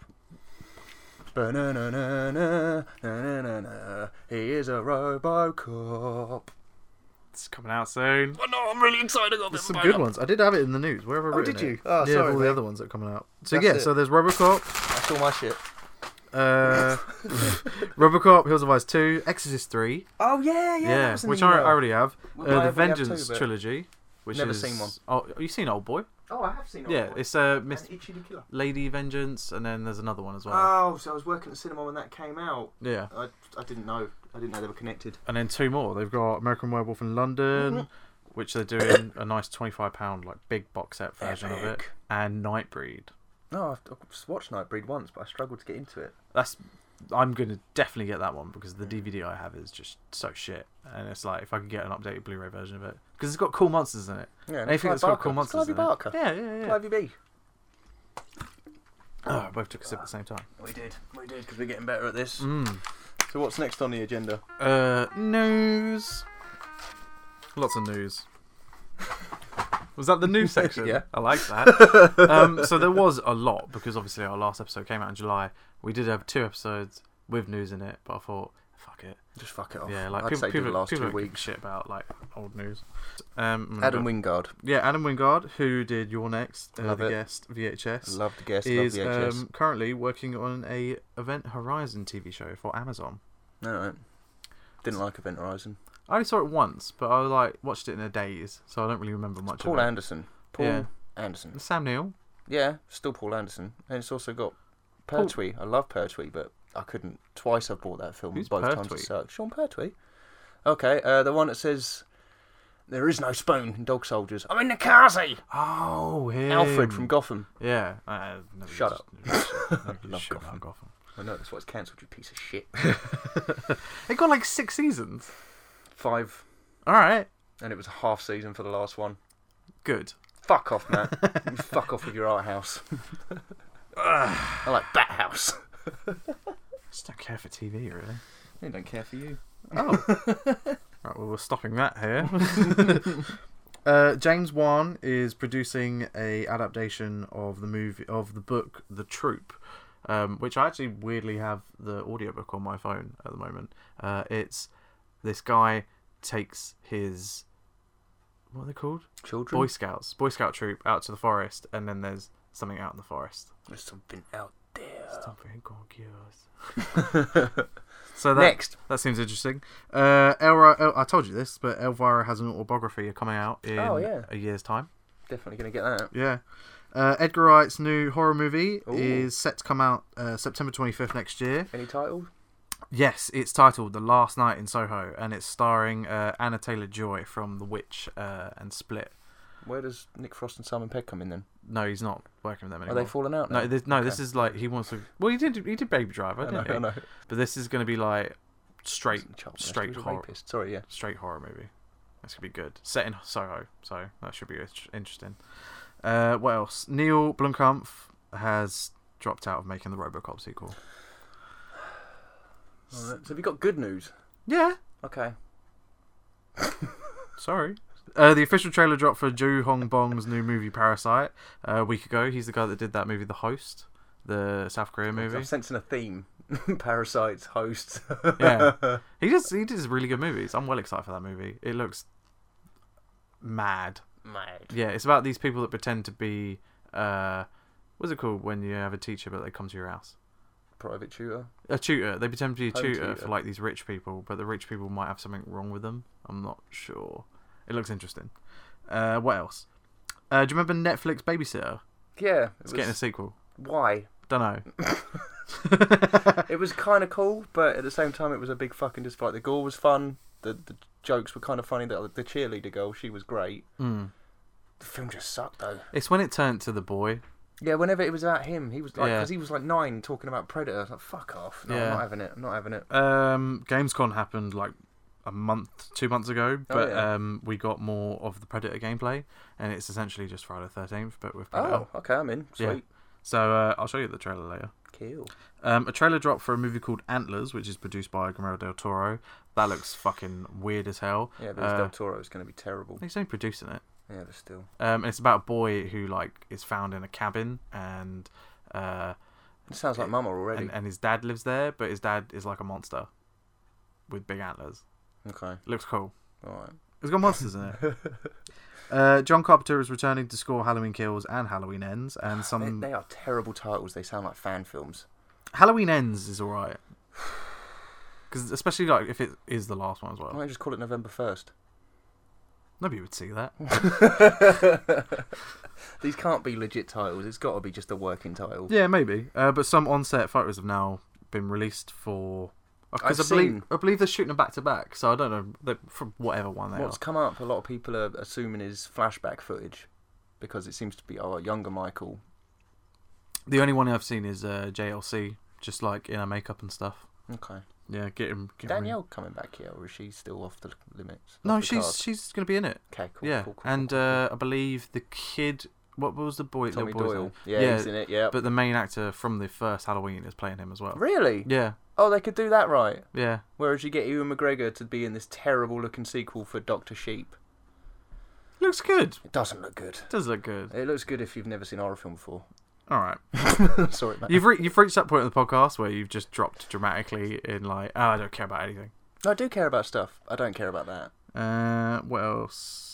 S1: Ba-na-na-na-na, na-na-na-na, He is a Robocop.
S2: it's coming out soon.
S1: Oh no, I'm really excited about
S3: There's
S1: this.
S3: some good ones. I did have it in the news. Where have I
S1: Oh,
S3: written
S1: did
S3: it?
S1: you? Oh,
S3: yeah,
S1: sorry,
S3: of all
S1: mate.
S3: the other ones that are coming out. So
S1: That's
S3: yeah,
S1: it.
S3: so there's Robocop,
S1: That's all my shit. [LAUGHS]
S3: uh, Robocop, Hills of Ice Two, Exorcist Three,
S1: Oh yeah, yeah. that
S2: yeah,
S1: was in
S2: which
S1: the
S2: I, I
S1: email.
S2: already have.
S1: Well, I
S2: Uh, the
S1: already have
S2: Vengeance
S1: two, but-
S2: trilogy, which
S1: Never
S2: is
S1: seen one.
S2: Oh, you seen Old Boy?
S1: Oh, I have seen.
S2: yeah, it's uh, Miss
S1: Miss Itchy the Killer.
S2: Lady Vengeance, and then there's another one as well.
S1: Oh, so I was working at the cinema when that came out.
S2: yeah,
S1: I, I didn't know. I didn't know they were connected.
S2: and then two more. They've got American Werewolf in London,
S1: Mm-hmm.
S2: which they're doing a nice twenty-five pound like big box set version of it,
S1: Epic.
S2: and Nightbreed.
S1: No, I've, I've just watched Nightbreed once, but I struggled to get into it.
S2: That's I'm gonna definitely get that one because the DVD I have is just so shit, and it's like if I could get an updated Blu-ray version of it because it's got cool monsters in it.
S1: Yeah, and
S2: Anything
S1: Clive
S2: that's got cool
S1: Barker. It's
S2: monsters.
S1: Clive
S2: in it.
S1: Barker.
S2: Yeah, yeah, yeah.
S1: Clivey B.
S2: Oh, both took a sip at the same time.
S1: We did. We did because we're getting better at this.
S2: Mm.
S1: So what's next on the agenda?
S2: Uh, news. Lots of news. Was that the news section?
S1: [LAUGHS] Yeah.
S2: I like that.
S1: [LAUGHS]
S2: um, so there was a lot because obviously our last episode came out in July. We did have two episodes with news in it, but I thought, fuck it.
S1: Just fuck it off.
S2: Yeah, like
S1: Oh, I'd
S2: people,
S1: say do
S2: people,
S1: the last
S2: people
S1: two
S2: don't give a [LAUGHS]
S1: weeks.
S2: shit about like old news. Um, I'm gonna
S1: Adam
S2: go-
S1: Wingard.
S2: yeah, Adam Wingard, who did your next, uh,
S1: Love
S2: the
S1: it.
S2: guest VHS,
S1: Love the guest.
S2: is
S1: love the HS.
S2: um, currently working on a Event Horizon TV show for Amazon.
S1: All right. Didn't like Event Horizon.
S2: I only saw it once, but I like watched it in a daze, so I don't really remember much
S1: Paul
S2: of it.
S1: Anderson. Paul
S2: Yeah.
S1: Anderson.
S2: Sam Neill.
S1: Yeah, still Paul Anderson, and it's also got
S2: Paul-
S1: Pertwee. I love Pertwee, but I couldn't. Twice I've bought that film.
S2: Who's
S1: both times
S2: Pertwee?
S1: it sucked. Sean Pertwee. Okay, uh, the one that says there is no spoon in Dog Soldiers. I'm in the Kazi.
S2: Oh, him.
S1: Alfred from Gotham.
S2: Yeah. I- no,
S1: Shut
S2: just-
S1: [LAUGHS]
S2: just
S1: Love
S2: shut
S1: Gotham.
S2: up, Gotham.
S1: I know that's why it's cancelled. You piece of
S2: [LAUGHS]
S1: shit.
S2: It got like six seasons.
S1: Five,
S2: All right.
S1: and it was a half season for the last one.
S2: Good.
S1: Fuck off, man.
S2: [LAUGHS]
S1: You fuck off with your art house. I like Bat House.
S2: Just don't care for TV, really.
S1: They don't care for you.
S2: Oh. right, well, we're stopping that here. [LAUGHS] uh, James Wan is producing a adaptation of the movie of the book The Troop, um, which I actually weirdly have the audiobook on my phone at the moment. Uh, it's this guy takes his what are they called?
S1: [LAUGHS] Children.
S2: Boy Scouts, Boy Scout troop out to the forest, and then there's something out in the forest.
S1: There's something out there.
S2: Something gorgeous. so [LAUGHS] that,
S1: Next.
S2: that seems interesting. Uh, Elra, El, I told you this, but Elvira has an autobiography coming out in
S1: Oh, yeah.
S2: a year's time.
S1: Definitely gonna get that.
S2: Yeah. Uh, Edgar Wright's new horror movie
S1: Ooh.
S2: is set to come out uh, September 25th next year.
S1: Any titles?
S2: Yes, it's titled The Last Night in Soho, and it's starring uh, Anna Taylor Joy from The Witch uh, and Split.
S1: Where does Nick Frost and Simon Pegg come in then?
S2: No, he's not working with them
S1: Are
S2: anymore.
S1: they falling out now?
S2: no, this, no, this is like he wants to. Well, he did. He did Baby Driver,
S1: I know,
S2: didn't
S1: I
S2: he?
S1: know.
S2: But this is going to be like straight,
S1: Child molester,
S2: straight
S1: he's a
S2: horror.
S1: rapist. Sorry, yeah.
S2: straight horror movie. That's gonna be good. Set in Soho, so that should be int- interesting. Uh, what else? Neil Blomkamp has dropped out of making the RoboCop sequel.
S1: So have you got good news?
S2: Yeah,
S1: Okay.
S2: sorry. Uh, the official trailer dropped for Ju Hong Bong's new movie Parasite uh, a week ago. He's the guy that did that movie, The Host, the South Korean
S1: I'm [LAUGHS]
S2: movie.
S1: sensing a theme. Parasites, hosts.
S2: yeah, he does. He does really good movies. I'm well excited for that movie. It looks mad.
S1: Mad.
S2: Yeah, it's about these people that pretend to be. Uh, what's it called when you have a teacher but they come to your house?
S1: Private tutor.
S2: A tutor. They pretend to be a
S1: Home
S2: tutor, for
S1: tutor.
S2: like these rich people, but the rich people might have something wrong with them. I'm not sure. It looks interesting. Uh, what else? Uh, do you remember Netflix Babysitter?
S1: Yeah. It was,
S2: It's getting a sequel.
S1: Why?
S2: Don't know.
S1: It was kind of cool, but at the same time, it was a big fucking disfight. The gore was fun. The the jokes were kind of funny. The, the cheerleader girl, she was great. The film just sucked though.
S2: Hmm. It's when it turned to the boy.
S1: Yeah, whenever it was about him, he was like,
S2: Yeah.
S1: because he was like nine talking about Predator. I was like, fuck off. No,
S2: Yeah.
S1: I'm not having it. I'm not having it.
S2: Um, Gamescon happened like a month, two months ago,
S1: Oh,
S2: but
S1: yeah.
S2: um, we got more of the Predator gameplay, and it's essentially just Friday the Thirteenth, but with Predator.
S1: Oh, okay, I'm in. Sweet.
S2: Yeah.
S4: So uh, I'll show you the trailer later.
S1: Cool.
S4: Um, a trailer drop for a movie called Antlers, which is produced by Guillermo del Toro. That looks fucking weird as hell.
S1: Yeah, but
S4: Uh,
S1: Del Toro is going to be terrible.
S4: He's only producing it.
S1: Yeah, but still.
S4: Um, it's about a boy who like is found in a cabin and uh,
S1: It sounds like Mama already.
S4: and, and his dad lives there, but his dad is like a monster with big antlers.
S1: okay,
S4: Looks cool.
S1: alright.
S4: It's got monsters in
S1: [LAUGHS]
S4: it. Uh, John Carpenter is returning to score Halloween Kills and Halloween Ends, and some
S1: Ah, They, they are terrible titles. They sound like fan films.
S4: Halloween Ends is alright, because especially like if it is the last one as
S1: Why
S4: well.
S1: don't you just call it November 1st?
S4: Nobody would see that.
S1: [LAUGHS] These can't be legit titles. It's got to be just a working title.
S4: Yeah, maybe. Uh, but some on-set photos have now been released for. Because I
S1: I've
S4: believe
S1: seen-
S4: I believe they're shooting them back to back, so I don't know they're from whatever one they
S1: What's
S4: are.
S1: come up, a lot of people are assuming is flashback footage because it seems to be our younger Michael.
S4: The only one I've seen is uh, JLC, just like in her makeup and stuff.
S1: Okay.
S4: Yeah, get him. Get him in.
S1: Danielle coming back here, or is she still off the limits?
S4: No,
S1: Off the
S4: she's
S1: card?
S4: she's gonna be in it.
S1: Okay, cool.
S4: yeah,
S1: cool, cool, cool,
S4: and
S1: cool.
S4: uh, I believe the kid. What was the boy?
S1: Tommy
S4: little boy's
S1: Doyle.
S4: name?
S1: Yeah, he's in it, yeah.
S4: But the main actor from the first Halloween is playing him as well.
S1: [GASPS] really?
S4: Yeah,
S1: Oh, they could do that right.
S4: yeah.
S1: Whereas you get Ewan McGregor to be in this terrible looking sequel for Doctor Sheep.
S4: Looks good.
S1: It doesn't look good.
S4: Does look good.
S1: It looks good if you've never seen a horror
S4: [LAUGHS]
S1: film before.
S4: All right.
S1: Sorry, mate.
S4: You've re- you've reached that point in the podcast where you've just dropped dramatically in like, oh, I don't care about anything.
S1: No, I do care about stuff. I don't care about that.
S4: Uh, what else?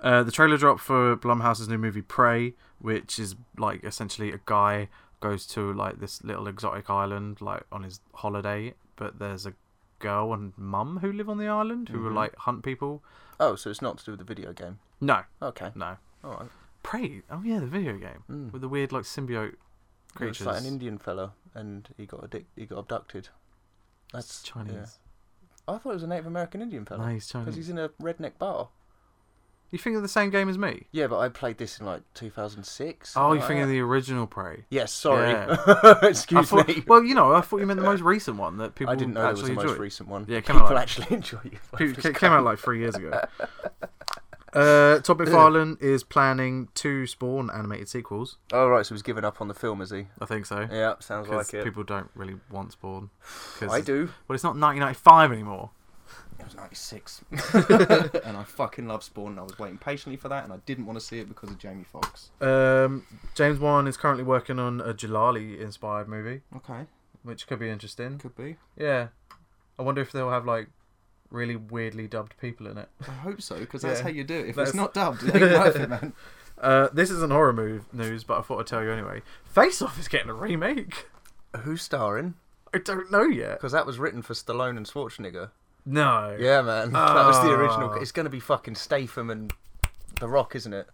S4: Uh, the trailer drop for Blumhouse's new movie Prey, which is like essentially a guy goes to like this little exotic island like on his holiday, but there's a girl and mum who live on the island who will
S1: Mhm.
S4: like hunt people.
S1: Oh, so it's not to do with the video game.
S4: No,
S1: Okay.
S4: no.
S1: All right.
S4: Prey. Oh yeah, the video game
S1: Mm.
S4: with the weird like symbiote
S1: It's
S4: creatures.
S1: like an Indian fella, and he got addic- he got abducted. That's
S4: It's Chinese.
S1: yeah. I thought it was a Native American Indian
S4: No,
S1: fella
S4: he's
S1: because
S4: Chinese.
S1: he's in a redneck bar.
S4: You think of the same game as me?
S1: Yeah, but I played this in like 2006.
S4: Oh, you're
S1: like
S4: thinking
S1: that.
S4: of the original Prey.
S1: Yes, sorry.
S4: I
S1: [LAUGHS] Excuse
S4: thought,
S1: me.
S4: [LAUGHS] Well, you know, I thought you meant the most recent one that people
S1: I didn't know it was
S4: actually
S1: the most
S4: enjoyed.
S1: recent one.
S4: Yeah, it came out
S1: people
S4: like-
S1: actually [LAUGHS] enjoy you.
S4: Who ca- came out like three years
S1: [LAUGHS]
S4: ago.
S2: Uh, Todd McFarlane is planning two Spawn animated sequels.
S1: Oh right, so he's given up on the film, is he?
S4: I think so.
S1: Yeah, sounds
S4: 'Cause
S1: like it.
S4: people don't really want
S1: [SIGHS]
S4: Spawn. 'Cause
S1: I
S4: it's-
S1: do.
S4: Well, it's not 1995 anymore.
S1: It was [LAUGHS] 96. and I fucking love Spawn, and I was waiting patiently for that, and I didn't want to see it because of Jamie Foxx.
S2: Um, James Wan is currently working on a Jalali inspired movie,
S1: Okay,
S2: which could be interesting.
S1: could be.
S2: Yeah, I wonder if they'll have like really weirdly dubbed people in it.
S1: I hope so, because
S2: that's Yeah. how
S1: you do it. If
S2: That's- not
S1: dubbed, [LAUGHS]
S2: it ain't worth it,
S1: man.
S2: Uh, this isn't horror move news, but I thought I'd tell you anyway. Face Off is getting a remake.
S1: Who's starring?
S2: I don't know yet.
S1: Because that was written for Stallone and Schwarzenegger.
S2: No.
S1: Yeah, Ah. man. [LAUGHS] That was the original.
S2: Oh.
S1: It's going to be fucking Statham and The Rock, isn't it?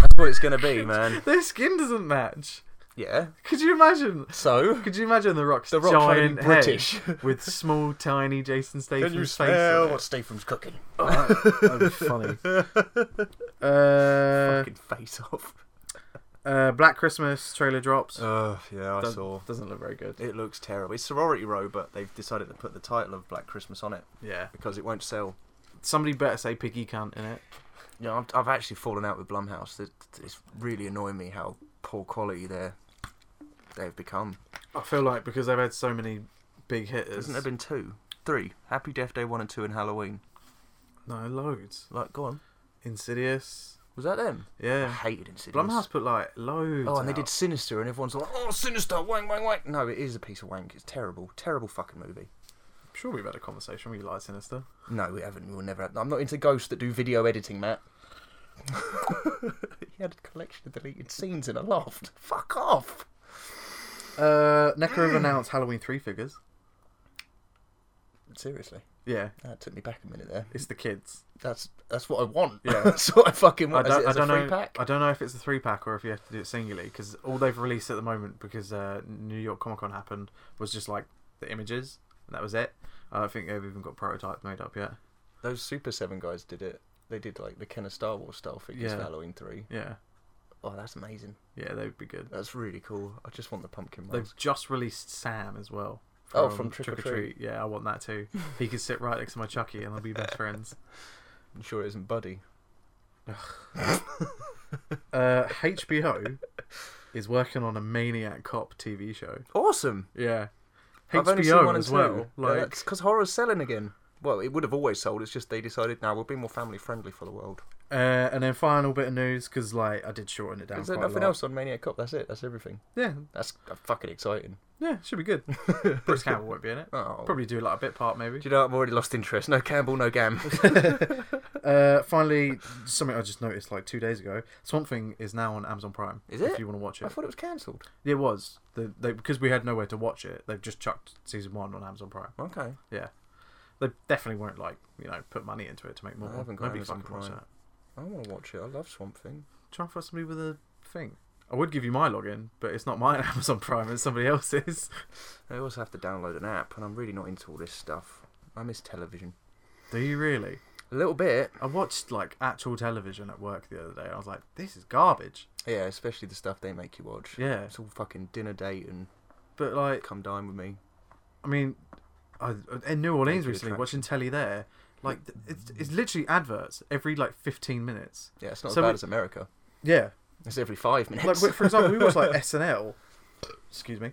S1: That's what it's going to [LAUGHS] be, man.
S2: Their skin doesn't match.
S1: Yeah.
S2: Could you imagine?
S1: So,
S2: Could you imagine The Rock's
S1: The Rock trying to
S2: giant
S1: be
S2: head
S1: British.
S2: [LAUGHS] with small, tiny Jason Statham's
S1: Can you
S2: face? on
S1: smell
S2: it?
S1: what Statham's [LAUGHS] cooking?
S2: Oh, that'd
S1: [LAUGHS]
S2: be funny. Uh,
S1: fucking face off.
S2: uh, Black Christmas trailer drops.
S1: Uh, yeah, I
S2: Does- Doesn't look very good.
S1: It looks terrible. It's Sorority Row, but they've decided to put the title of Black Christmas on it
S2: Yeah.
S1: because it won't sell.
S2: Somebody better say piggy cunt in it.
S1: Yeah, I've, I've actually fallen out with Blumhouse. It, it's really annoying me how poor quality they're they've become.
S2: I feel like because they've had so many big hitters.
S1: Hasn't there been two, three? Happy Death Day one and two, and Halloween.
S2: No, loads.
S1: Like, go on.
S2: Insidious.
S1: Was that them? I
S2: Yeah.
S1: hated Insidious.
S2: Blumhouse put like loads.
S1: Oh, and they
S2: out.
S1: did Sinister, and everyone's like, "Oh, Sinister, wank, wank, wank." No, it is a piece of wank. It's terrible, terrible fucking movie.
S2: I'm sure we've had a conversation with you, like Sinister.
S1: No, we haven't. We'll never. Have. I'm not into ghosts that do video editing, Matt. [LAUGHS] he had a collection of deleted scenes in a loft. Fuck off.
S2: Uh, Necro have announced Halloween three figures.
S1: Seriously,
S2: Yeah,
S1: that took me back a minute there.
S2: it's the kids.
S1: That's that's what I want.
S2: Yeah.
S1: [LAUGHS] that's what I fucking
S2: I
S1: want.
S2: don't,
S1: is it
S2: I
S1: as
S2: don't
S1: a free
S2: know.
S1: pack?
S2: I don't know if it's a three pack or if you have to do it singly because all they've released at the moment because uh, New York Comic Con happened was just like the images and that was it. I don't think they've even got prototypes made up yet.
S1: Those Super Seven guys did it. They did like the Ken of Star Wars style figures
S2: Yeah.
S1: for Halloween three.
S2: Yeah,
S1: Oh, that's amazing.
S2: yeah, they would be good.
S1: That's really cool. I just want the pumpkin ones.
S2: They've just released Sam as well.
S1: Oh, from Trick or Treat.
S2: Yeah, I want that too. he can sit right next to my Chucky and they'll be best friends.
S1: I'm sure it isn't Buddy.
S2: Uh, HBO is working on a maniac cop TV show.
S1: Awesome.
S2: Yeah,
S1: I've only seen one
S2: HBO
S1: and
S2: as
S1: two.
S2: well.
S1: Like,
S2: Like,
S1: that's because horror's selling again. Well, it would have always sold. It's just they decided now we'll be more family friendly for the world.
S2: uh, and then final bit of news because like I did shorten it down.
S1: Is there
S2: quite a
S1: nothing
S2: lot.
S1: else on Maniac Cop? That's it. That's everything.
S2: Yeah,
S1: That's uh, fucking exciting.
S2: yeah, should be good.
S1: [LAUGHS]
S2: Bruce Campbell won't be in it.
S1: Oh.
S2: Probably do like a bit part maybe.
S1: Do you know I've already lost interest? No Campbell, no Gam.
S2: Uh, finally, something I just noticed like two days ago. Swamp Thing is now on Amazon Prime.
S1: Is
S2: If
S1: it?
S2: you want to
S1: [LAUGHS]
S2: watch
S1: I
S2: it,
S1: thought it was cancelled.
S2: it was the, they, because we had nowhere to watch it. They've just chucked season one on Amazon Prime.
S1: Okay.
S2: Yeah, they definitely won't like you know put money into it to make more.
S1: I haven't got
S2: Nobody
S1: Amazon
S2: fucking wants
S1: Prime.
S2: that.
S1: I want to watch it. I love Swamp Thing.
S2: Try and find somebody with a thing. I would give you my [LAUGHS] login, but it's not mine Amazon Prime. It's somebody else's.
S1: I also have to download an app, and I'm really not into all this stuff. I miss television.
S2: Do you really?
S1: A little bit.
S2: I watched like actual television at work the other day. I was like, this is garbage.
S1: Yeah, especially the stuff they make you watch.
S2: Yeah,
S1: It's all fucking dinner date and
S2: but like
S1: come dine with me.
S2: I mean, I, in New Orleans
S1: Major
S2: recently,
S1: attraction.
S2: watching telly there, like th- it's, it's literally adverts every like fifteen minutes.
S1: Yeah, it's not
S2: So
S1: as bad
S2: we-
S1: as America.
S2: Yeah,
S1: It's every five
S2: like
S1: minutes.
S2: we- for example, we
S1: [LAUGHS]
S2: watch like SNL. Excuse me.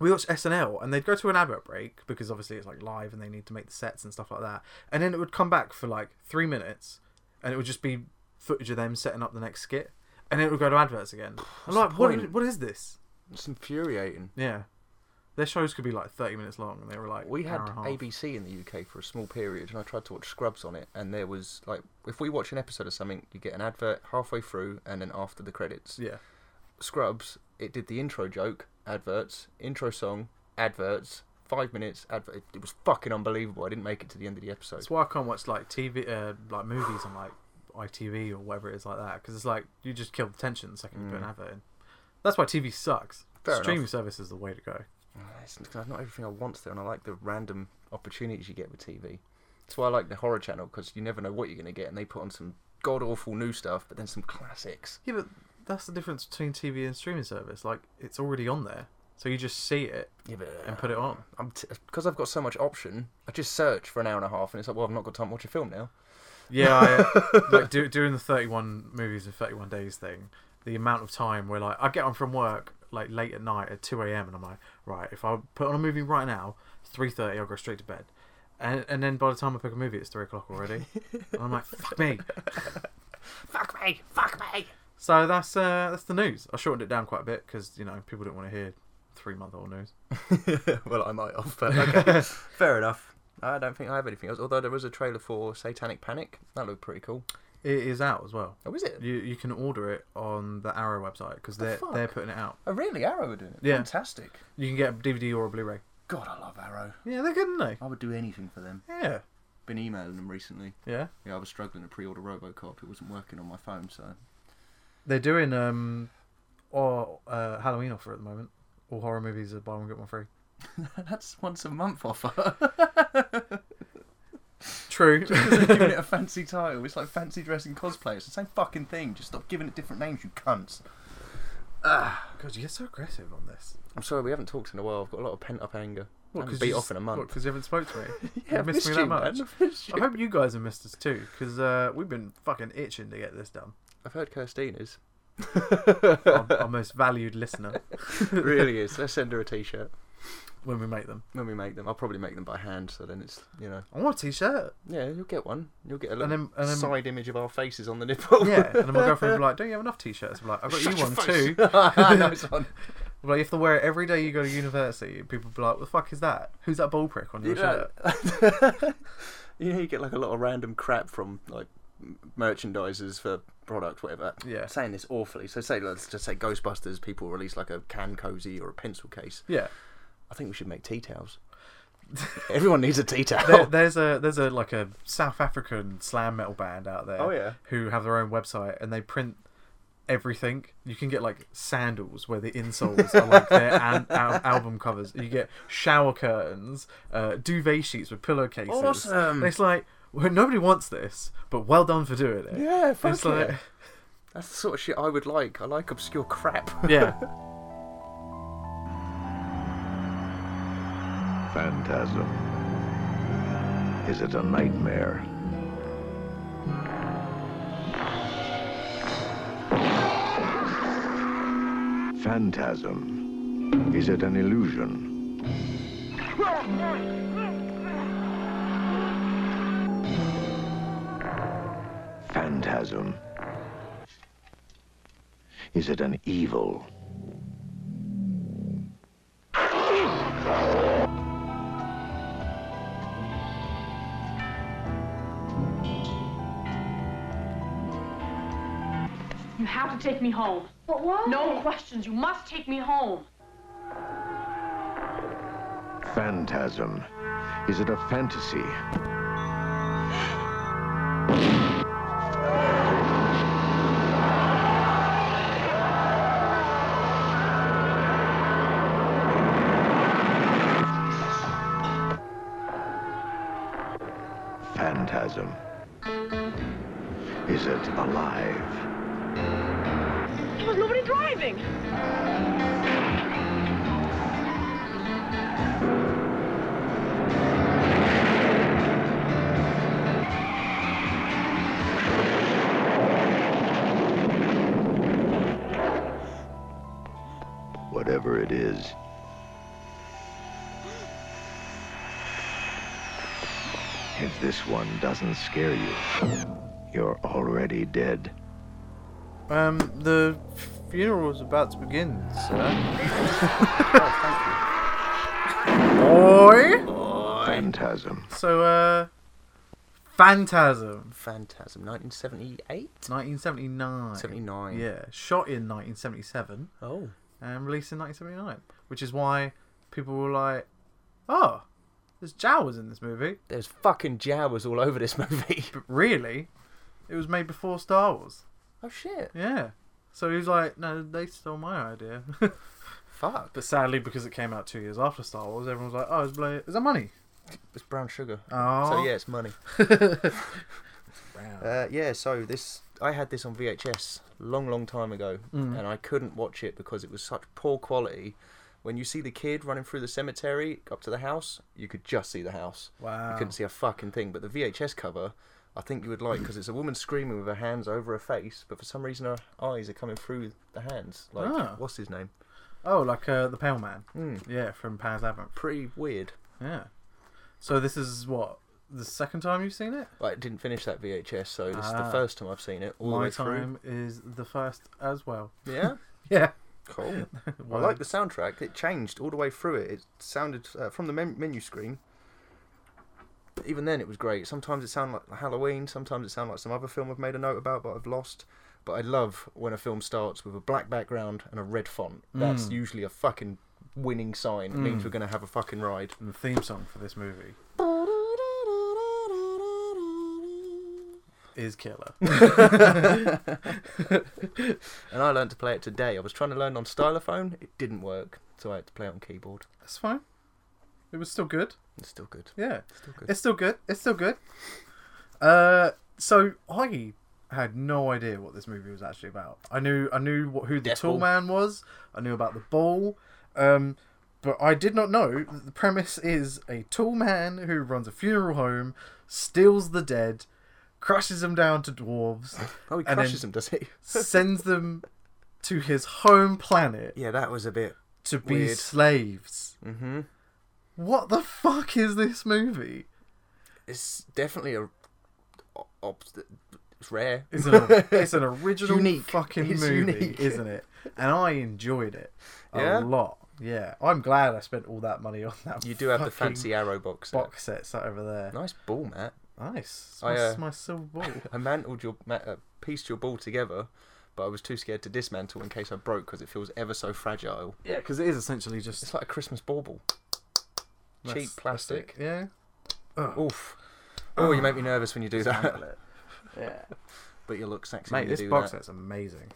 S2: We watched SNL, and they'd go to an advert break because obviously it's like live, and they need to make the sets and stuff like that. And then it would come back for like three minutes, and it would just be footage of them setting up the next skit, and then it would go to adverts again. I'm
S1: the
S2: like, what?
S1: point?
S2: Is, what is this?
S1: it's infuriating.
S2: Yeah, their shows could be like thirty minutes long, and they were like
S1: We
S2: an
S1: had
S2: hour and a half.
S1: ABC in the UK for a small period, and I tried to watch Scrubs on it. And there was like, if we watch an episode of something, you get an advert halfway through, and then after the credits.
S2: Yeah.
S1: Scrubs, it did the intro joke, adverts, intro song, adverts, five minutes, advert. It was fucking unbelievable. I didn't make it to the end of the episode.
S2: That's why I can't watch like TV, uh, like movies on like ITV or whatever it is like that because it's like you just kill the tension the second you put an
S1: Mm.
S2: advert in. That's why TV sucks.
S1: Fair
S2: Streaming
S1: enough.
S2: service is the way to go.
S1: It's not not everything I want there, and I like the random opportunities you get with TV. That's why I like the horror channel because you never know what you're going to get, and they put on some god awful new stuff, but then some classics.
S2: Yeah, but that's the difference between TV and streaming service. Like it's already on there, so you just see it
S1: Yeah, but uh,
S2: and put it on.
S1: I'm because i I've got so much option. I just search for an hour and a half, and it's like, well, I've not got time to watch a film now.
S2: Yeah, [LAUGHS] I, uh, like do, doing the thirty-one movies in thirty-one days thing. The amount of time where like I get on from work like late at night at two a.m. and I'm like, right, if I put on a movie right now, three thirty, I'll go straight to bed, and and then by the time I pick a movie, it's three o'clock [LAUGHS] already, and I'm like, fuck me.
S1: Fuck me, fuck me.
S2: So that's uh that's the news. I shortened it down quite a bit because you know people didn't want to hear three-month-old news.
S1: [LAUGHS] well, I might have, but [LAUGHS] okay. fair enough. I don't think I have anything else. Although there was a trailer for Satanic Panic. That looked pretty cool.
S2: It is out as well.
S1: Oh, is it?
S2: You you can order it on the Arrow website because
S1: The
S2: they're
S1: fuck?
S2: they're putting it out.
S1: Oh, really? Arrow are doing it.
S2: Yeah.
S1: Fantastic.
S2: You can get a DVD or a Blu-ray.
S1: God, I love Arrow.
S2: Yeah, they're good, aren't
S1: I would do anything for them.
S2: they? Yeah,
S1: Been emailing them recently.
S2: yeah.
S1: Yeah, I was struggling to pre-order RoboCop. It wasn't working on my phone, so [LAUGHS]
S2: They're doing um, or uh, Halloween offer at the moment. All horror movies are buy one get one free.
S1: that's once a month offer. [LAUGHS]
S2: True.
S1: Just 'cause they're giving it a fancy title. It's like fancy dress and cosplay. It's the same fucking thing. Just stop giving it different names, you cunts.
S2: God, you get so aggressive on this.
S1: Ah, I'm sorry, we haven't talked in a while. I've got a lot of pent-up anger. I haven't
S2: you
S1: beat
S2: just-
S1: off in a month.
S2: what, 'cause you haven't spoke to me.
S1: yeah,
S2: You've missed me
S1: missed
S2: that
S1: you,
S2: much.
S1: man. I've missed
S2: [LAUGHS] I
S1: you.
S2: hope you guys have missed us too, because uh, we've been fucking itching to get this done.
S1: I've heard Kirstine is.
S2: Our, our most valued listener
S1: really is. Let's send her a t-shirt
S2: when we make them.
S1: when we make them. I'll probably make them by hand, so then it's you know.
S2: I want a t-shirt.
S1: Yeah, you'll get one. You'll get a
S2: And
S1: little
S2: then- and then-
S1: side image of our faces on the nipple.
S2: Yeah, and then my girlfriend will be like, "Don't you have enough t-shirts?" I'm like, "I've got
S1: Shut
S2: you
S1: your
S2: one
S1: face. [LAUGHS]
S2: too."
S1: Nice
S2: [LAUGHS]
S1: one.
S2: I'm like, "You have to wear it every day you go to university." People be like, "What the fuck is that? Who's that ball prick on your
S1: You know,
S2: shirt?"
S1: [LAUGHS] you know, you get like a lot of random crap from like m- merchandisers for product, whatever.
S2: Yeah.
S1: Saying this awfully, so say let's just say Ghostbusters. People release like a can cozy or a pencil case. [LAUGHS]
S2: Yeah.
S1: I think we should make tea
S2: [LAUGHS]
S1: towels. Everyone needs a tea towel.
S2: there, there's a there's a like a South African slam metal band out there.
S1: Oh, yeah.
S2: who have their own website and they print everything. You can get like sandals where the insoles are like
S1: [LAUGHS]
S2: their an- al- album covers. You get shower curtains, uh, duvet sheets with pillowcases.
S1: Awesome.
S2: And it's like well, nobody wants this, but well done for doing it.
S1: Yeah, fuck
S2: it's like
S1: yeah. That's the sort of shit I would like. I like obscure crap.
S2: [LAUGHS] yeah.
S5: Phantasm. Is it a nightmare? phantasm? Is it an illusion? Phantasm. Is it an evil?
S6: You have to take me home.
S7: But why?
S6: No questions. You must take me home.
S5: Phantasm. Is it a fantasy? Phantasm. Is it alive?
S6: There was nobody driving.
S5: whatever it is. If this one doesn't scare you, you're already dead.
S4: Um, the funeral is about to begin, sir.
S2: Boy.
S5: Phantasm.
S2: So, uh, Phantasm,
S1: Phantasm, 1978?
S2: 1979.
S1: 79.
S2: Yeah, shot in 1977
S1: Oh.
S2: and released in 1979, which is why people were like, "Oh, there's Jawas in this movie."
S1: There's fucking Jawas all over this [LAUGHS] movie.
S2: But really, it was made before Star Wars.
S1: oh shit.
S2: Yeah. So he was like, "No, they stole my idea." [LAUGHS]
S1: Fuck.
S2: but sadly, because it came out two years after Star Wars, everyone was like, "Oh, it's bloody, is that money?"
S1: It's brown sugar.
S2: Oh,
S1: So yeah, it's
S2: [LAUGHS]
S1: money. Uh, yeah, so this I had this on VHS long, long time ago,
S2: Mm.
S1: and I couldn't watch it because it was such poor quality. When you see the kid running through the cemetery up to the house, you could just see the house.
S2: Wow.
S1: You couldn't see a fucking thing. But the VHS cover, I think you would like because it's a woman screaming with her hands over her face, but for some reason her eyes are coming through the hands. Like
S2: Ah.
S1: what's his name? Hmm,
S2: Oh, like uh, the Pale Man. Yeah, from Pan's Labyrinth.
S1: Pretty weird.
S2: Yeah. So this is what the second time you've seen it.
S1: Like, I didn't finish that VHS, so this is
S2: Ah.
S1: the first time I've seen it. All the
S2: My
S1: way through.
S2: time is the first as well. [LAUGHS]
S1: Yeah.
S2: Yeah.
S1: Cool. I
S2: Well,
S1: like the soundtrack. It changed all the way through it. It sounded uh, from the men- menu screen. Even then, it was great. Sometimes it sounded like Halloween. Sometimes it sounded like some other film I've made a note about, but I've lost. But I love when a film starts with a black background and a red font.
S2: Mm.
S1: That's usually a fucking winning sign. It means we're going to have a fucking ride.
S2: and the theme song for this movie is killer.
S1: [LAUGHS] And I learned to play it today. I was trying to learn on stylophone. It didn't work, so I had to play it on keyboard.
S2: That's fine. It was still good.
S1: It's still good.
S2: Yeah.
S1: good.
S2: It's still good. It's still good. Uh, so I had no idea what this movie was actually about. I knew I knew what, who the
S1: Death
S2: tall
S1: Ball.
S2: man was. I knew about the ball. Um, but I did not know that the premise is a tall man who runs a funeral home, steals the dead, crushes them down to dwarves,
S1: Oh, he
S2: And then-
S1: crushes him, does he?
S2: sends them to his home planet
S1: Yeah, that was a bit
S2: to be
S1: Weird.
S2: slaves. Mm-hmm. What the fuck is this movie?
S1: it's definitely a ob- it's rare.
S2: It's [LAUGHS] an, it's an original
S1: Unique.
S2: fucking
S1: It's
S2: movie,
S1: unique.
S2: isn't it? And I enjoyed it a
S1: Yeah?
S2: lot. Yeah, I'm glad I spent all that money on that.
S1: You do have the
S2: fucking
S1: fancy arrow box. set.
S2: box set sat over there.
S1: Nice ball, Matt.
S2: Nice, it's
S1: I,
S2: my,
S1: uh,
S2: it's my silver
S1: [LAUGHS]
S2: ball.
S1: I mantled your ma- uh, pieced your ball together, but I was too scared to dismantle in case I broke because it feels ever so fragile.
S4: Yeah, because it is essentially just
S1: It's like a Christmas bauble.
S2: That's-
S1: Cheap
S2: that's
S1: plastic.
S2: it. Yeah,
S1: Oof. Oh, you make me nervous when you do that. [LAUGHS]
S2: handle it.
S1: But you look sexy.
S2: mate.
S1: when
S2: This
S1: you do
S2: box
S1: that.
S2: set's amazing.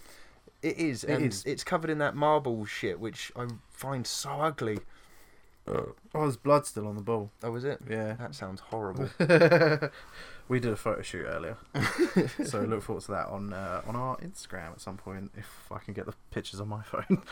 S1: It is, and
S2: is.
S1: it's covered in that marble shit, which I find so ugly.
S2: Oh, there's blood still on the ball.
S1: Oh, is it?
S2: Yeah.
S1: That sounds horrible.
S2: but we did a photo
S1: [LAUGHS]
S2: shoot earlier, so look forward to that on uh, on our Instagram at some point if I can get the pictures on my phone.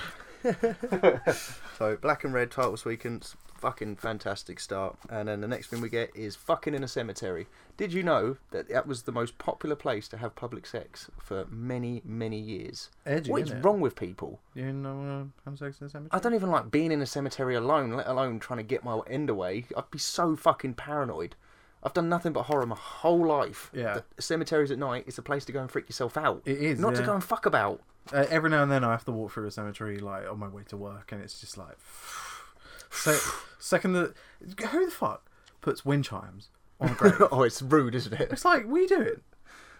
S1: So black and red titles weekend, fucking fantastic start. And then the next thing we get is fucking in a cemetery. Did you know that that was the most popular place to have public sex for many, many years?
S2: Edgy,
S1: what is
S2: innit?
S1: wrong with people?
S2: You know, uh, have sex in the
S1: I
S2: cemetery.
S1: don't even like being in a cemetery alone, let alone trying to get my end away. I'd be so fucking paranoid. I've done nothing but horror my whole life.
S2: Yeah.
S1: The cemeteries at night is the place to go and freak yourself out.
S2: It is,
S1: Not to
S2: yeah.
S1: go and fuck about.
S2: uh, every now and then I have to walk through a cemetery like on my way to work, and it's just like, [SIGHS] so second that who the fuck puts wind chimes on
S1: [LAUGHS]
S2: a grave?
S1: oh, it's rude, isn't it?
S2: [LAUGHS] it's like we do it.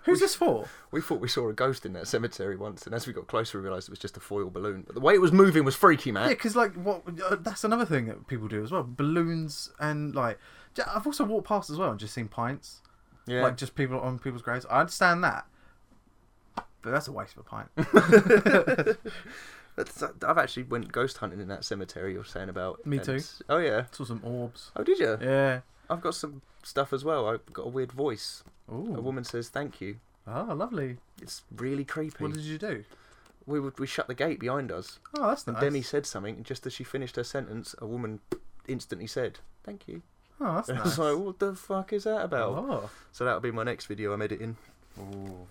S2: Who's this for?
S1: We thought we saw a ghost in that cemetery once, and as we got closer, we realised it was just a foil balloon. But the way it was moving was freaky, man.
S2: Yeah, because like what uh, that's another thing that people do as well. Balloons and like j- I've also walked past as well and just seen pints,
S1: Yeah.
S2: like just people on people's graves. I understand that, but that's a waste of a pint.
S1: That's- I've actually went ghost hunting in that cemetery you're saying about.
S2: Me
S1: and-
S2: too.
S1: Oh yeah.
S2: Saw some
S1: [LAUGHS]
S2: orbs.
S1: Oh, did you?
S2: Yeah.
S1: I've got some stuff as well. I've got a weird voice. A
S2: Ooh.
S1: woman says thank you.
S2: Oh, lovely.
S1: It's really creepy.
S2: What did you do?
S1: We would we shut the gate behind us,
S2: Oh, that's
S1: and
S2: nice.
S1: Demi said something, and just as she finished her sentence, a woman instantly said thank you. [LAUGHS]
S2: Oh, that's
S1: I
S2: nice.
S1: was like, what the fuck is that about?
S2: Oh.
S1: So that'll be my next video I'm editing.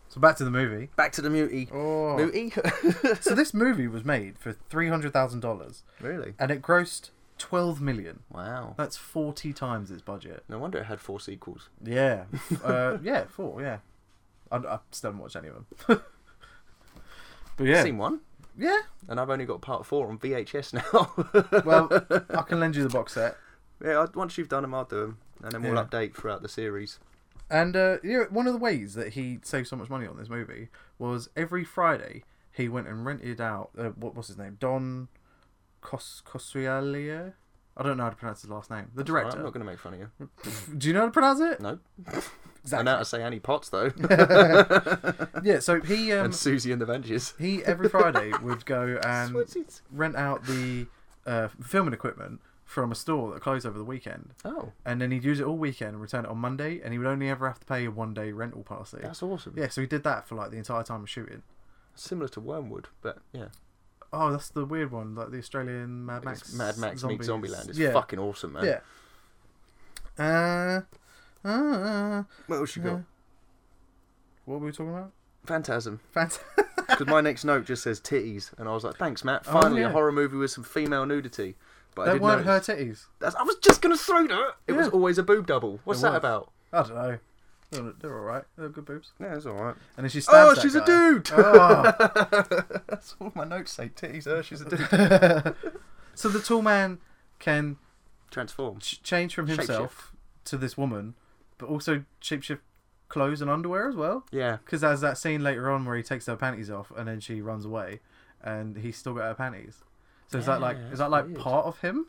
S2: So back to the movie.
S1: Back to the mutie.
S2: Oh.
S1: Mutie. [LAUGHS]
S2: so this movie was made for three hundred thousand dollars,
S1: really?
S2: and it grossed twelve million.
S1: Wow.
S2: That's forty times its budget.
S1: No wonder it had four sequels.
S2: Yeah, [LAUGHS] uh, yeah, four. Yeah, I, I still haven't watched any of them. [LAUGHS] but yeah,
S1: I've seen one,
S2: yeah.
S1: and I've only got part four on VHS [LAUGHS] now.
S2: Well, I can lend you the box set,
S1: Yeah, I, once you've done them, I'll do them, and then we'll
S2: Yeah.
S1: update throughout the series.
S2: and uh, you know, one of the ways that he saved so much money on this movie was every Friday he went and rented out uh, what was his name, Don Cos Cosualia. I don't know how to pronounce his last name. The
S1: Right,
S2: director.
S1: I'm not going to make fun of you.
S2: Do you know how to pronounce it?
S1: No, I
S2: Exactly.
S1: know how to say Annie Potts
S2: [LAUGHS]
S1: though,
S2: Yeah. So he um,
S1: and Susie and the Ventures.
S2: he every Friday
S1: [LAUGHS]
S2: would go and
S1: Switzies.
S2: rent out the uh, filming equipment from a store that closed over the weekend,
S1: Oh,
S2: and then he'd use it all weekend and return it on Monday, and he would only ever have to pay a one day rental policy.
S1: that's awesome.
S2: yeah, so he did that for like the entire time of shooting.
S1: Similar to Wormwood, but yeah,
S2: Oh, that's the weird one, like the Australian Mad
S1: It's
S2: Max.
S1: Mad Max meets
S2: Zombies.
S1: Zombieland. It's
S2: yeah.
S1: fucking awesome, man.
S2: Yeah. Uh, uh,
S1: What else you got?
S2: Uh, what were we talking about? [LAUGHS]
S1: Phantasm.
S2: Fantastic.
S1: Because my next note just says titties, and I was like, thanks, Matt. Finally,
S2: Oh, yeah.
S1: a horror movie with some female nudity. But I
S2: They
S1: didn't
S2: weren't her
S1: notice.
S2: titties.
S1: That's, I was just gonna throw that. It was
S2: Yeah.
S1: always a boob double. What's
S2: It
S1: that
S2: was.
S1: about?
S2: I don't know. They're, they're all right. They're good boobs.
S1: Yeah, it's all right.
S2: And then she
S1: Oh,
S2: stabs that
S1: she's a [LAUGHS]
S2: guy.
S1: dude.
S2: Oh.
S1: That's all my notes say. Titties. Oh, she's a dude.
S2: So the tall man can
S1: [LAUGHS] Transform.
S2: ch- change from himself to this woman, but also shapeshift clothes and underwear as well.
S1: Yeah.
S2: Because there's that scene later on where he takes her panties off and then she runs away, and he's still got her panties. So is that like
S1: Yeah,
S2: is
S1: that's
S2: that like
S1: weird.
S2: part of him?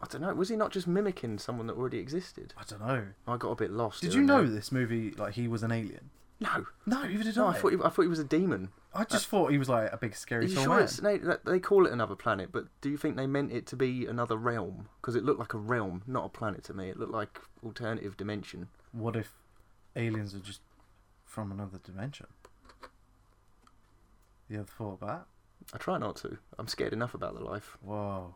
S1: I don't know. Was he not just mimicking someone that already existed?
S2: I don't know.
S1: I got a bit lost.
S2: Did
S1: here
S2: you
S1: and
S2: know
S1: there.
S2: this movie like he was an alien?
S1: No.
S2: No, even did
S1: No, I thought he, I thought he was a demon.
S2: I just thought he was like a big
S1: Are
S2: scary
S1: you
S2: tall
S1: sure
S2: man.
S1: it's, they, that- they call it another planet? But do you think they meant it to be another realm? Because it looked like a realm, not a planet to me. It looked like alternative dimension.
S2: What if aliens are just from another dimension? You ever thought of that?
S1: I try not to. I'm scared enough about the life. [LAUGHS]
S2: Whoa.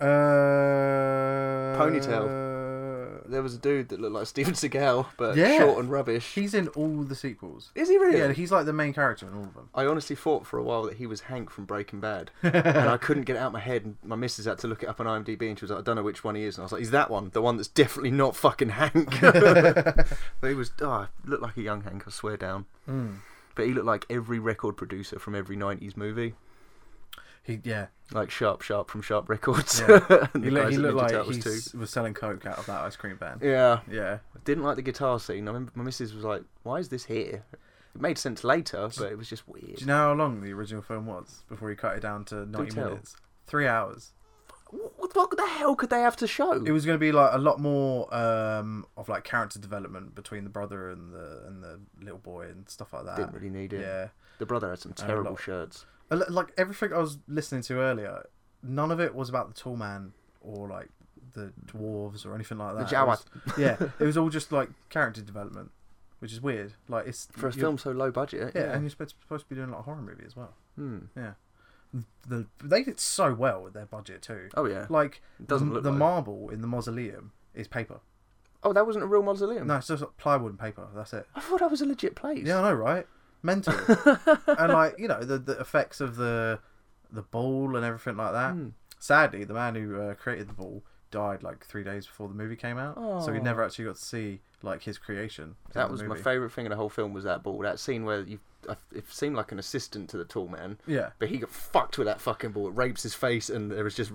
S2: Uh,
S1: Ponytail. There was a dude that looked like Steven Seagal, but
S2: Yeah.
S1: short and rubbish.
S2: He's in all the sequels.
S1: Is he really?
S2: Yeah, he's like the main character in all of them.
S1: I honestly thought for a while that he was Hank from Breaking
S2: [LAUGHS]
S1: Bad, and I couldn't get it out of my head. And my missus had to look it up on IMDb, and she was like, "I don't know which one he is." And I was like, "He's that one, the one that's definitely not fucking
S2: [LAUGHS]
S1: Hank." but he was, oh, looked like a young Hank, I swear down. But he looked like every record producer from every '90s movie,
S2: He yeah.
S1: like Sharp Sharp from Sharp Records.
S2: Yeah.
S1: [LAUGHS] and
S2: he
S1: the
S2: look,
S1: guys
S2: he
S1: at
S2: looked
S1: Ninja
S2: like
S1: Turtles
S2: he
S1: too.
S2: was selling coke out of that ice cream van.
S1: Yeah,
S2: Yeah.
S1: didn't like the guitar scene. I remember my missus was like, "Why is this here?" It made sense later, but it was just weird.
S2: Do you know how long the original film was before he cut it down to ninety
S1: tell.
S2: minutes? Three hours.
S1: what, what the hell could they have to show?
S2: It was going to be like a lot more um, of like character development between the brother and the and the little boy and stuff like that.
S1: Didn't really need it.
S2: Yeah.
S1: The brother had some
S2: a
S1: terrible
S2: lot.
S1: shirts.
S2: A li- Like everything I was listening to earlier, none of it was about the tall man or like the dwarves or anything like that. It
S1: Jawas.
S2: was- yeah, it was all just like character development, which is weird. Like it's
S1: for a
S2: you're-
S1: film so low budget.
S2: Yeah, and you're supposed supposed to be doing like a horror movie as well.
S1: Hmm.
S2: Yeah, the they did so well with their budget too.
S1: Oh yeah.
S2: Like
S1: It doesn't
S2: the,
S1: look
S2: the
S1: like it.
S2: marble in the mausoleum is paper.
S1: Oh, that wasn't a real mausoleum.
S2: No, it's just like plywood and paper. That's it.
S1: I thought that was a legit place.
S2: Yeah, I know, right?
S1: [LAUGHS]
S2: Mental. and like you know the the effects of the the ball and everything like that.
S1: Hmm.
S2: Sadly, the man who uh, created the ball died like three days before the movie came out, so we
S1: Oh.
S2: never actually got to see like his creation. in
S1: That
S2: the
S1: was my
S2: movie.
S1: favourite thing in the whole film was that ball. That scene where you, I- it seemed like an assistant to the tall man, [LAUGHS]
S2: Yeah.
S1: but he got fucked with that fucking ball. It rapes his face, and there was just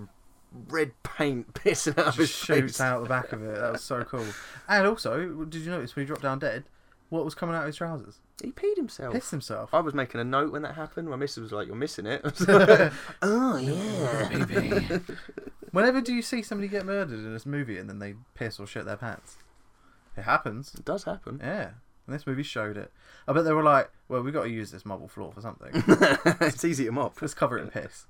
S1: red paint [LAUGHS] pissing out of his
S2: Just shoots
S1: face.
S2: out the back of it. That was so cool. And also, did you notice when he dropped down dead, what was coming out of his trousers?
S1: He peed himself.
S2: Pissed himself.
S1: I was making a note when that happened. My missus was like, "You're missing
S2: [LAUGHS]
S1: it." [LAUGHS] I was like, oh yeah.
S2: Whenever do you see somebody get murdered in this movie and then they piss or shit their pants? It happens.
S1: It does happen.
S2: Yeah. And this movie showed it. I bet they were like, well, we've got to use this marble floor for something.
S1: [LAUGHS] it's easy to mop.
S2: Let's cover it in piss.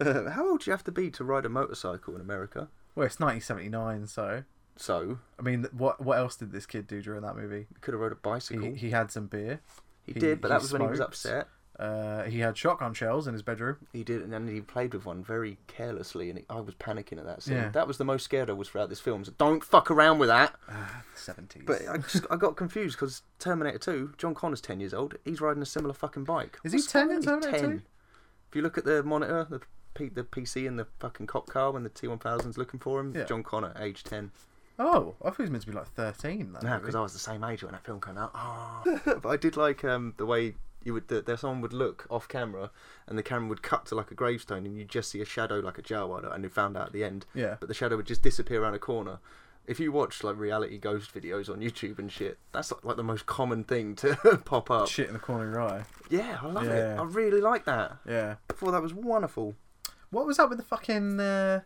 S1: Uh, [LAUGHS] how old do you have to be to ride a motorcycle in America?
S2: Well, it's 1979, so.
S1: So
S2: I mean, th- what what else did this kid do during that movie?
S1: you could have rode a bicycle.
S2: He,
S1: He,
S2: he had some beer. he-
S1: did, but
S2: he
S1: that was when he was
S2: smoked.
S1: upset.
S2: Uh, he had shotgun shells in his bedroom.
S1: He did, and then he played with one very carelessly, and it, I was panicking at that scene.
S2: Yeah.
S1: That was the most scared I was throughout this film. So don't fuck around with that.
S2: 70s.
S1: But I just I got confused because Terminator Two, John Connor's ten years old. He's riding a similar fucking bike.
S2: Is he
S1: What's
S2: 10 in
S1: wrong? He's
S2: Terminator
S1: 10.
S2: 2?
S1: If you look at the monitor, the P, the PC, and the fucking cop car when the T one thousand's looking for him,
S2: Yeah.
S1: John Connor, age ten.
S2: Oh, I thought he was meant to be like 13. That
S1: No,
S2: movie.
S1: because I was the same age when that film came out. Ah. [LAUGHS] but I did like um, the way you would that there someone would look off camera, and the camera would cut to like a gravestone, and you would just see a shadow like a Jawa, and you found out at the end.
S2: Yeah.
S1: But the shadow would just disappear around a corner. If you watch like reality ghost videos on YouTube and shit, that's like the most common thing to [LAUGHS] pop up.
S2: Shit in the corner of your eye.
S1: Yeah, I love it.
S2: Yeah.
S1: I really like that.
S2: Yeah.
S1: I thought that was wonderful.
S2: What was up with the fucking uh,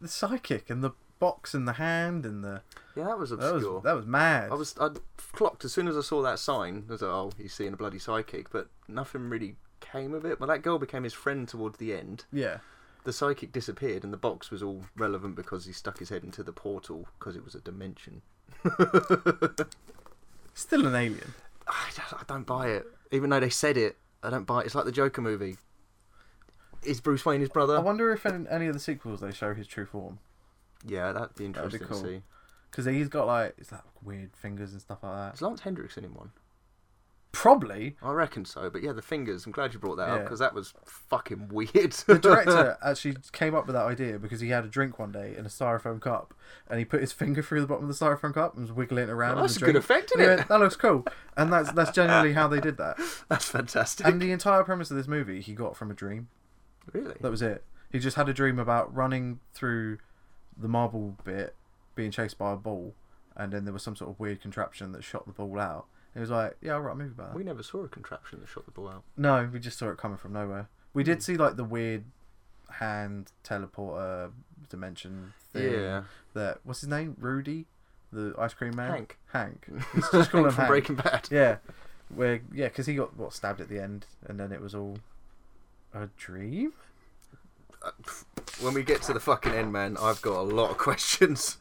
S2: the psychic and the box and the hand and the
S1: Yeah, that was
S2: that
S1: obscure.
S2: was that was mad.
S1: I was I clocked as soon as I saw that sign. I was like, "Oh, he's seeing a bloody psychic," but nothing really came of it. Well, that girl became his friend towards the end.
S2: yeah.
S1: The psychic disappeared, and the box was all relevant because he stuck his head into the portal because it was a dimension. [LAUGHS]
S2: Still an alien.
S1: I just- I don't buy it, even though they said it. I don't buy it. It's like the Joker movie. Is Bruce Wayne his
S2: I
S1: brother?
S2: wonder if in any of the sequels they show his true form
S1: yeah, that'd be interesting
S2: cool.
S1: to see.
S2: because he's got like it's like weird fingers and stuff like that.
S1: Is Lance Hendrickson in one?
S2: Probably
S1: I reckon so. But yeah, the fingers. I'm glad you brought that up
S2: Yeah.
S1: because that was fucking weird. [LAUGHS]
S2: the director actually came up with that idea because he had a drink one day in a styrofoam cup and he put his finger through the bottom of the styrofoam cup and was wiggling it around.
S1: Well,
S2: in
S1: that's
S2: the
S1: a good
S2: drink.
S1: effect,
S2: And
S1: innit?
S2: he went, That looks cool, and that's that's generally how they
S1: [LAUGHS]
S2: did that.
S1: That's fantastic.
S2: And the entire premise of this movie he got from a dream.
S1: really?
S2: That was it. He just had a dream about running through the marble bit, being chased by a ball, and then there was some sort of weird contraption that shot the ball out. It was like, yeah, I'll write a movie about that.
S1: We never saw a contraption that shot the ball out.
S2: No, we just saw it coming from nowhere. We
S1: Hmm.
S2: did see like the weird hand teleporter dimension thing.
S1: Yeah.
S2: That what's his name? Rudy, the ice cream man.
S1: Hank.
S2: Hank.
S1: [LAUGHS]
S2: Let's just call him
S1: From
S2: Hank.
S1: Breaking Bad.
S2: Yeah. Where yeah, because he got what stabbed at the end, and then it was all a dream.
S1: When we get to the fucking end, man, I've got a lot of [LAUGHS] questions.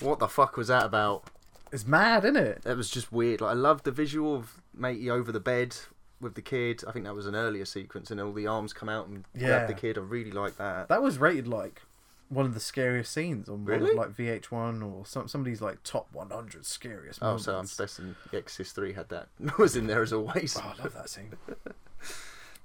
S1: What the fuck was that about?
S2: It's mad, isn't it?
S1: That was just weird. Like, I loved the visual of Matey over the bed with the kid. I think that was an earlier sequence, and all the arms come out and
S2: Yeah.
S1: grab the kid. I really like that.
S2: That was rated like one of the scariest scenes on one
S1: Really?
S2: of, like VH1 or some somebody's like top 100 scariest.
S1: Oh, so I'm
S2: moments.
S1: guessing The Exorcist 3 had that. [LAUGHS] was in there as always.
S2: Oh, I love that scene.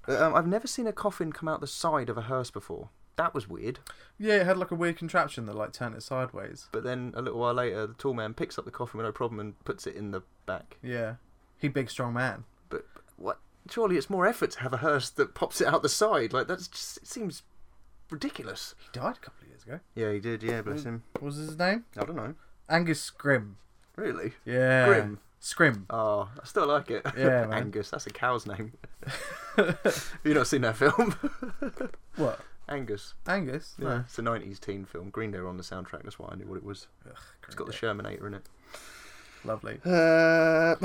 S1: But, um, I've never seen a coffin come out the side of a hearse before. That was weird.
S2: yeah, it had like a weird contraption that like turned it sideways.
S1: But then a little while later, the tall man picks up the coffin with no problem and puts it in the back.
S2: Yeah, he big strong man.
S1: But what? Surely it's more effort to have a hearse that pops it out the side. Like that's just it seems ridiculous.
S2: He died a couple of years ago.
S1: Yeah, he did. Yeah, bless him.
S2: What was his name?
S1: I don't know.
S2: Angus Scrim.
S1: Really?
S2: Yeah.
S1: Grimm.
S2: Scrim. Uh,
S1: Oh, I still like it. [LAUGHS]
S2: Yeah, man.
S1: Angus. That's a cow's [LAUGHS] name. Have you not seen that film? [LAUGHS]
S2: What?
S1: Angus.
S2: Angus?
S1: Yeah.
S2: No.
S1: It's a '90s teen film. Green Day were on the soundtrack. That's why I knew what it was.
S2: Ugh,
S1: It's got the Shermanator in it.
S2: Lovely.
S1: Uh...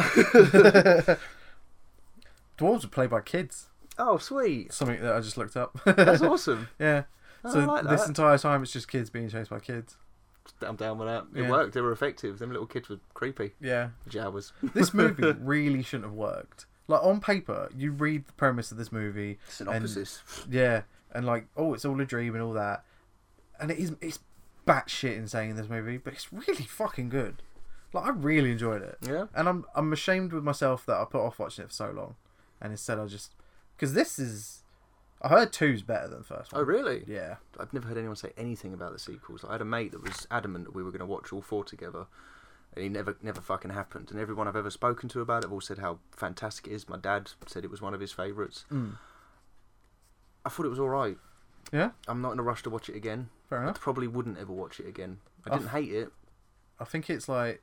S1: [LAUGHS]
S2: Dwarves are played by kids.
S1: oh, sweet.
S2: Something that I just looked up. [LAUGHS]
S1: [LAUGHS] That's awesome.
S2: yeah.
S1: Oh,
S2: So
S1: I like
S2: this
S1: that.
S2: entire time, it's just kids being chased by kids.
S1: I'm down with that. It
S2: Yeah.
S1: worked. They were effective. Them little kids were creepy.
S2: Yeah,
S1: Jabbers.
S2: this [LAUGHS] movie really shouldn't have worked. Like on paper, you read the premise of this movie,
S1: Synopsis.
S2: and yeah, and like, oh, it's all a dream and all that, and it is it's batshit insane in this movie, but it's really fucking good. Like I really enjoyed it.
S1: Yeah.
S2: and I'm I'm ashamed with myself that I put off watching it for so long, and instead I just because this is I heard two's better than the first
S1: Oh,
S2: one.
S1: really?
S2: Yeah,
S1: I've never heard anyone say anything about the sequels. I had a mate that was adamant that we were going to watch all four together, and it never, never fucking happened. And everyone I've ever spoken to about it have all said how fantastic it is. My dad said it was one of his favourites.
S2: Hmm.
S1: I thought it was all right.
S2: yeah,
S1: I'm not in a rush to watch it again.
S2: fair
S1: I
S2: enough.
S1: probably wouldn't ever watch it again. I
S2: I've-
S1: didn't hate it.
S2: I think it's like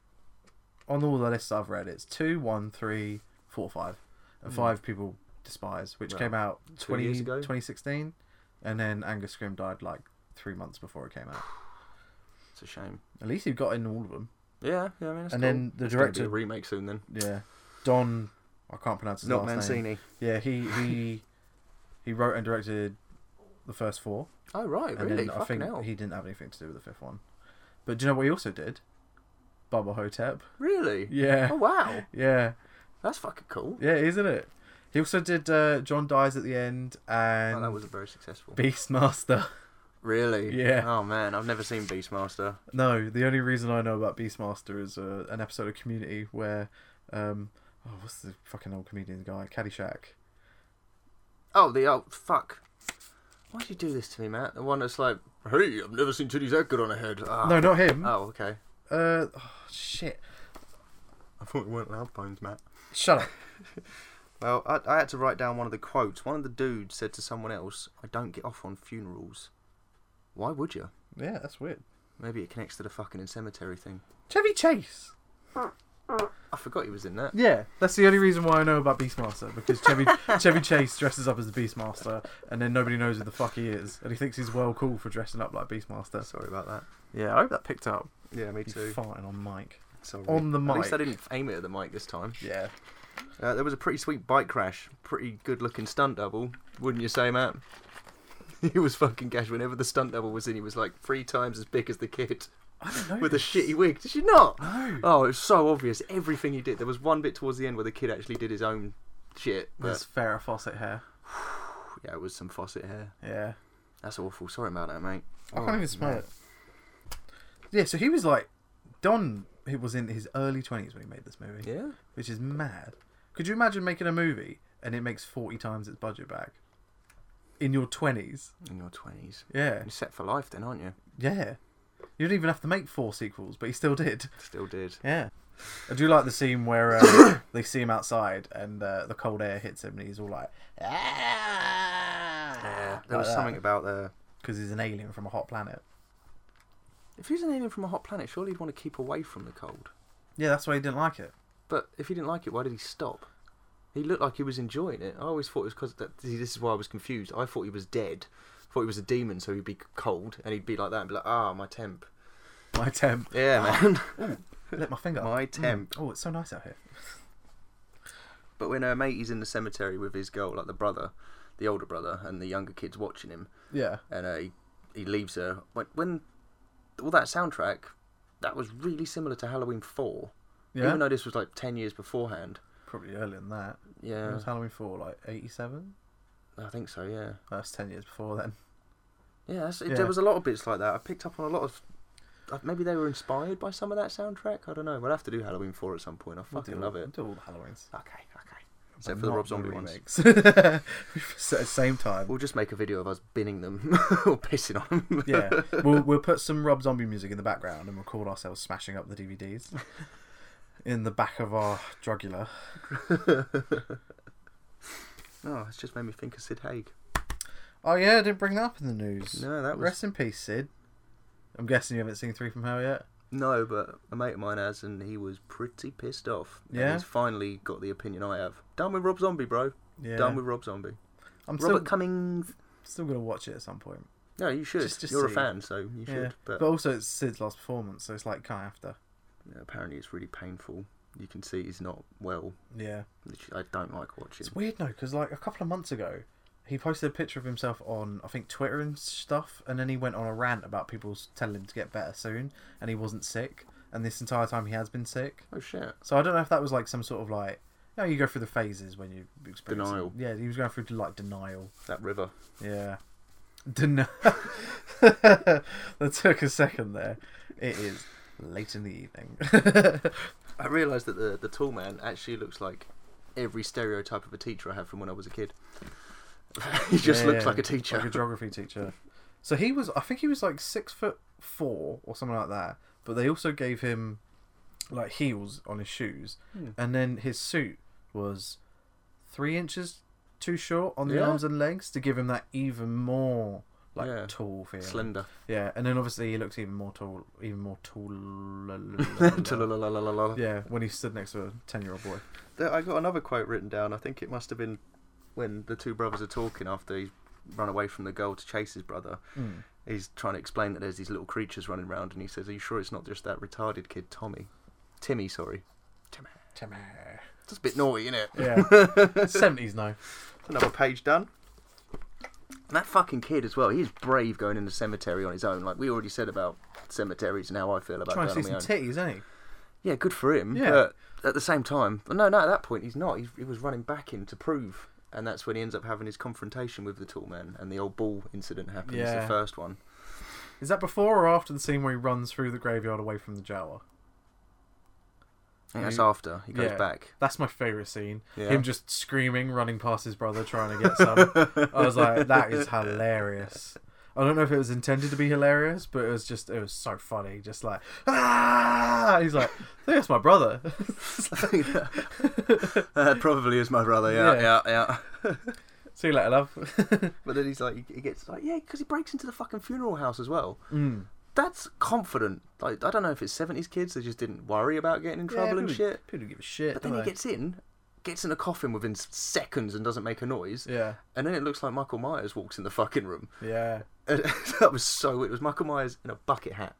S2: on all the lists I've read, it's two, one, three, four, five, and five people despise, which
S1: Well,
S2: came out
S1: Hmm. two
S2: 20,
S1: years ago.
S2: 2016, and then Angus Scrim died like three months before it came out.
S1: It's a shame.
S2: At least he got in all of them.
S1: Yeah, yeah. I mean, that's
S2: And
S1: cool.
S2: then the
S1: It's gonna be
S2: director-
S1: a remake soon. Then
S2: Yeah, Don, I can't pronounce his
S1: not
S2: last name.
S1: Mancini. [LAUGHS]
S2: Yeah, he he he wrote and directed the first four.
S1: Oh right,
S2: And
S1: really?
S2: then I
S1: Fucking
S2: think
S1: hell.
S2: he didn't have anything to do with the fifth one. But do you know what he also did? Bubba Hotep.
S1: Really?
S2: Yeah.
S1: Oh wow,
S2: Yeah.
S1: that's fucking cool.
S2: Yeah, isn't it? He also did uh, John Dies at the End and
S1: Oh, that was very successful.
S2: Beastmaster. [LAUGHS]
S1: Really?
S2: Yeah.
S1: Oh man, I've never seen Beastmaster.
S2: no, the only reason I know about Beastmaster is uh, an episode of Community where, um, oh, what's the fucking old comedian guy? Caddyshack.
S1: Oh, the oh fuck. Why'd you do this to me, Matt? The one that's like, hey, I've never seen titties that good on a head. Ah.
S2: No, not him.
S1: Oh, okay.
S2: Uh, oh, shit.
S1: I thought it weren't loud phones, Matt.
S2: Shut up.
S1: Well, I, I had to write down one of the quotes. One of the dudes said to someone else, "I don't get off on funerals." Why would you?
S2: Yeah, that's weird.
S1: Maybe it connects to the fucking cemetery thing.
S2: Chevy Chase.
S1: I forgot he was in that.
S2: Yeah, that's the only reason why I know about Beastmaster because [LAUGHS] Chevy Chevy Chase dresses up as the Beastmaster, and then nobody knows who the fuck he is, and he thinks he's well cool for dressing up like Beastmaster.
S1: Sorry about that.
S4: Yeah, I hope that picked up.
S1: Yeah, me
S2: He's
S1: too.
S2: farting on mic.
S1: Sorry.
S2: on the
S1: At least I
S2: mic.
S1: didn't aim it at the mic this time.
S2: Yeah,
S1: Uh, there was a pretty sweet bike crash. Pretty good looking stunt double, wouldn't you say, Matt? [LAUGHS] He was fucking gash. Whenever the stunt double was in, he was like three times as big as the kid [LAUGHS]
S2: I don't know.
S1: with a
S2: this.
S1: shitty wig. Did you not? No. Oh, it was so obvious. Everything he did. There was one bit towards the end where the kid actually did his own shit.
S2: There's
S1: But
S2: Farrah Fawcett hair.
S1: yeah, it was some faucet hair.
S2: Yeah,
S1: That's awful. Sorry about that, mate. Oh.
S2: I can't even smell it. Yeah, so he was like Don. He was in his early twenties when he made this movie,
S1: Yeah.
S2: which is mad. Could you imagine making a movie and it makes forty times its budget back in your twenties?
S1: In your twenties.
S2: Yeah,
S1: You're set for life, then, aren't you?
S2: Yeah. You didn't even have to make four sequels, but he still did.
S1: Still did.
S2: Yeah. I do like the scene where uh, [COUGHS] they see him outside and uh, the cold air hits him and he's all like,
S1: Yeah.
S2: ah,
S1: There was
S2: that.
S1: something about the.
S2: because he's an alien from a hot planet.
S1: If he was an alien from a hot planet, surely he'd want to keep away from the cold.
S2: Yeah, that's why he didn't like it.
S1: But if he didn't like it, why did he stop? He looked like he was enjoying it. I always thought it was because that. See, this is why I was confused. I thought he was dead. thought he was a demon, so he'd be cold and he'd be like that and be like, ah, my temp. Um,
S2: My temp.
S1: Yeah, man. [LAUGHS]
S2: Let my finger.
S1: My
S2: Mm.
S1: temp.
S2: Oh, it's so nice out here.
S1: But when her mate is in the cemetery with his girl, like the brother, the older brother, and the younger kid's watching him,
S2: Yeah.
S1: and uh, he, he leaves her. When, when all that soundtrack, that was really similar to Halloween 4.
S2: Yeah.
S1: Even though this was like 10 years beforehand.
S2: Probably earlier than that. It
S1: Yeah,
S2: was Halloween 4, like 87?
S1: I think so, yeah.
S2: That's 10 years before then.
S1: Yeah, that's, it,
S2: Yeah.
S1: there was a lot of bits like that. I picked up on a lot of. uh, Maybe they were inspired by some of that soundtrack. I don't know. We'll have to do Halloween four at some point. I
S2: We'll
S1: fucking
S2: do-
S1: love
S2: we'll
S1: it.
S2: Do all the Halloweens.
S1: Okay, okay. Except for the
S2: Not
S1: Rob Zombie ones.
S2: remakes. [LAUGHS] At the same
S1: [LAUGHS]
S2: time.
S1: We'll just make a video of us binning them [LAUGHS] or pissing on them.
S2: yeah, we'll we'll put some Rob Zombie music in the background and record ourselves smashing up the DVDs
S1: [LAUGHS]
S2: in the back of our drugula.
S1: [LAUGHS] Oh, it's just made me think of Sid Haig.
S2: Oh yeah, I didn't bring that up in the news.
S1: No, that was-
S2: rest in peace, Sid. I'm guessing you haven't seen Three from Hell yet.
S1: No, but a mate of mine has, and he was pretty pissed off. And
S2: Yeah?
S1: he's finally got the opinion I have. Done with Rob Zombie, bro.
S2: Yeah,
S1: Done with Rob Zombie.
S2: I'm
S1: Robert
S2: still
S1: Cummings.
S2: still gonna watch it at some point.
S1: No, you should.
S2: Just- just
S1: You're
S2: see.
S1: a fan, so you
S2: yeah,
S1: should.
S2: but...
S1: But,
S2: also it's Sid's last performance, so it's like kind of after.
S1: yeah, apparently, it's really painful. You can see he's not well.
S2: Yeah,
S1: Which I don't like watching.
S2: it's weird though, because like a couple of months ago, he posted a picture of himself on I think Twitter and stuff, and then he went on a rant about people s- telling him to get better soon, and he wasn't sick, and this entire time he has been sick.
S1: Oh shit.
S2: So I don't know if that was like some sort of like. You know, you go through the phases when you experience
S1: Denial.
S2: Yeah, he was going through like denial.
S1: That river.
S2: Yeah. Denial. [LAUGHS] that took a second there. It is late in the evening.
S1: I realised that the the tall man actually looks like every stereotype of a teacher I had from when I was a kid. [LAUGHS] he [LAUGHS] just looks
S2: Yeah,
S1: like a teacher.
S2: like a geography teacher. So he was, I think he was like six foot four or something like that. But they also gave him like heels on his shoes,
S1: Hmm.
S2: and then his suit was three inches too short on the
S1: Yeah.
S2: arms and legs to give him that even more like
S1: Yeah.
S2: tall
S1: [LAUGHS]
S2: feel.
S1: Slender.
S2: Yeah, and then obviously he looked even more tall, even more
S1: [LAUGHS]
S2: tall.
S1: Ta-la-la-la-la-la-la.
S2: yeah, when he stood next to a ten-year-old boy.
S1: There- I got another quote written down. I think it must have been when the two brothers are talking after he's run away from the girl to chase his brother. He's trying to explain that there's these little creatures running around, and he says, "Are you sure it's not just that retarded kid, Tommy? Timmy, sorry. Timmy. It's a bit naughty, isn't it? [LAUGHS]
S2: Yeah, seventies now.
S1: Another page done. And that fucking kid as well. He's brave going in the cemetery on his own. Like we already said about cemeteries and how I feel about
S2: Trying to
S1: going
S2: see
S1: on
S2: some
S1: my own.
S2: titties, ain't he?
S1: yeah, good for him.
S2: Yeah.
S1: But at the same time, no, no. At that point, he's not. He's, he was running back in to prove, and that's when he ends up having his confrontation with the tall man, and the old ball incident happens.
S2: Yeah.
S1: The first one.
S2: Is that before or after the scene where he runs through the graveyard away from the Jawa?
S1: I think that's
S2: You-
S1: after he goes
S2: yeah.
S1: [LAUGHS] back.
S2: That's my favourite scene.
S1: Yeah.
S2: Him just screaming, running past his brother, trying to get some. I was like, that is hilarious. I don't know if it was intended to be hilarious, but it was just, it was so funny. Just like, ah! He's like, I think that's my brother. [LAUGHS]
S1: that Uh, probably is my brother. Yeah, yeah,
S2: Yeah.
S1: yeah.
S2: See you later, love. [LAUGHS]
S1: But then he's like, he gets like, yeah, because he breaks into the fucking funeral house as well.
S2: Hmm.
S1: That's confident. Like, I don't know if it's seventies kids; they just didn't worry about getting in trouble and
S2: people-
S1: shit.
S2: People don't give a shit.
S1: But then
S2: do
S1: he
S2: they?
S1: gets in, gets in a coffin within s- seconds and doesn't make a noise.
S2: Yeah,
S1: And then it looks like Michael Myers walks in the fucking room. [LAUGHS]
S2: yeah.
S1: And that was so. weird. It was Michael Myers in a bucket hat,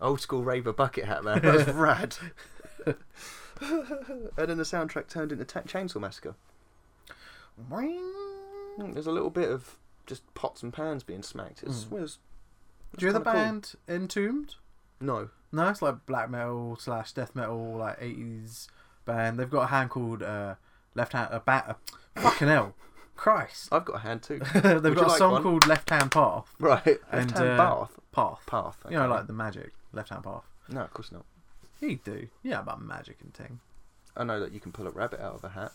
S1: old school raver bucket hat, man. That was
S2: [LAUGHS]
S1: rad. and then the soundtrack turned into Ta- Chainsaw Massacre. Mm, There's a little bit of just pots and pans being smacked. It's, it was-
S2: Do you know Hmm. the
S1: kinda cool.
S2: band Entombed?
S1: no.
S2: No, it's like black metal slash death metal, like eighties band. They've got a hand called uh, Left Hand. A bat. Uh, fucking hell, Christ! [LAUGHS]
S1: I've got a hand too. [LAUGHS]
S2: They've
S1: Would
S2: got
S1: you
S2: a
S1: like
S2: song
S1: one?
S2: called Left Hand Path.
S1: right. Left
S2: and,
S1: hand
S2: uh,
S1: bath.
S2: Path.
S1: Path.
S2: You know, like the magic Left Hand Path.
S1: No, of course not.
S2: You do. Yeah, about magic and ting.
S1: I know that you can pull a rabbit out of a hat.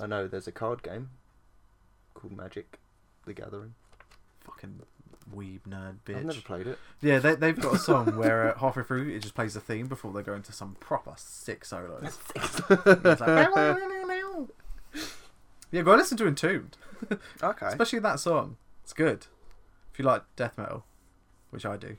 S1: I know there's a card game called Magic: The Gathering.
S2: Fucking weeb nerd bitch.
S1: I've never played it.
S2: Yeah, they, they've got a song where uh, halfway through it just plays the theme before they go into some proper sick solos. [LAUGHS] It's like, [LAUGHS] yeah, go listen to Entombed.
S1: Okay.
S2: Especially that song. It's good. If you like death metal, which I do.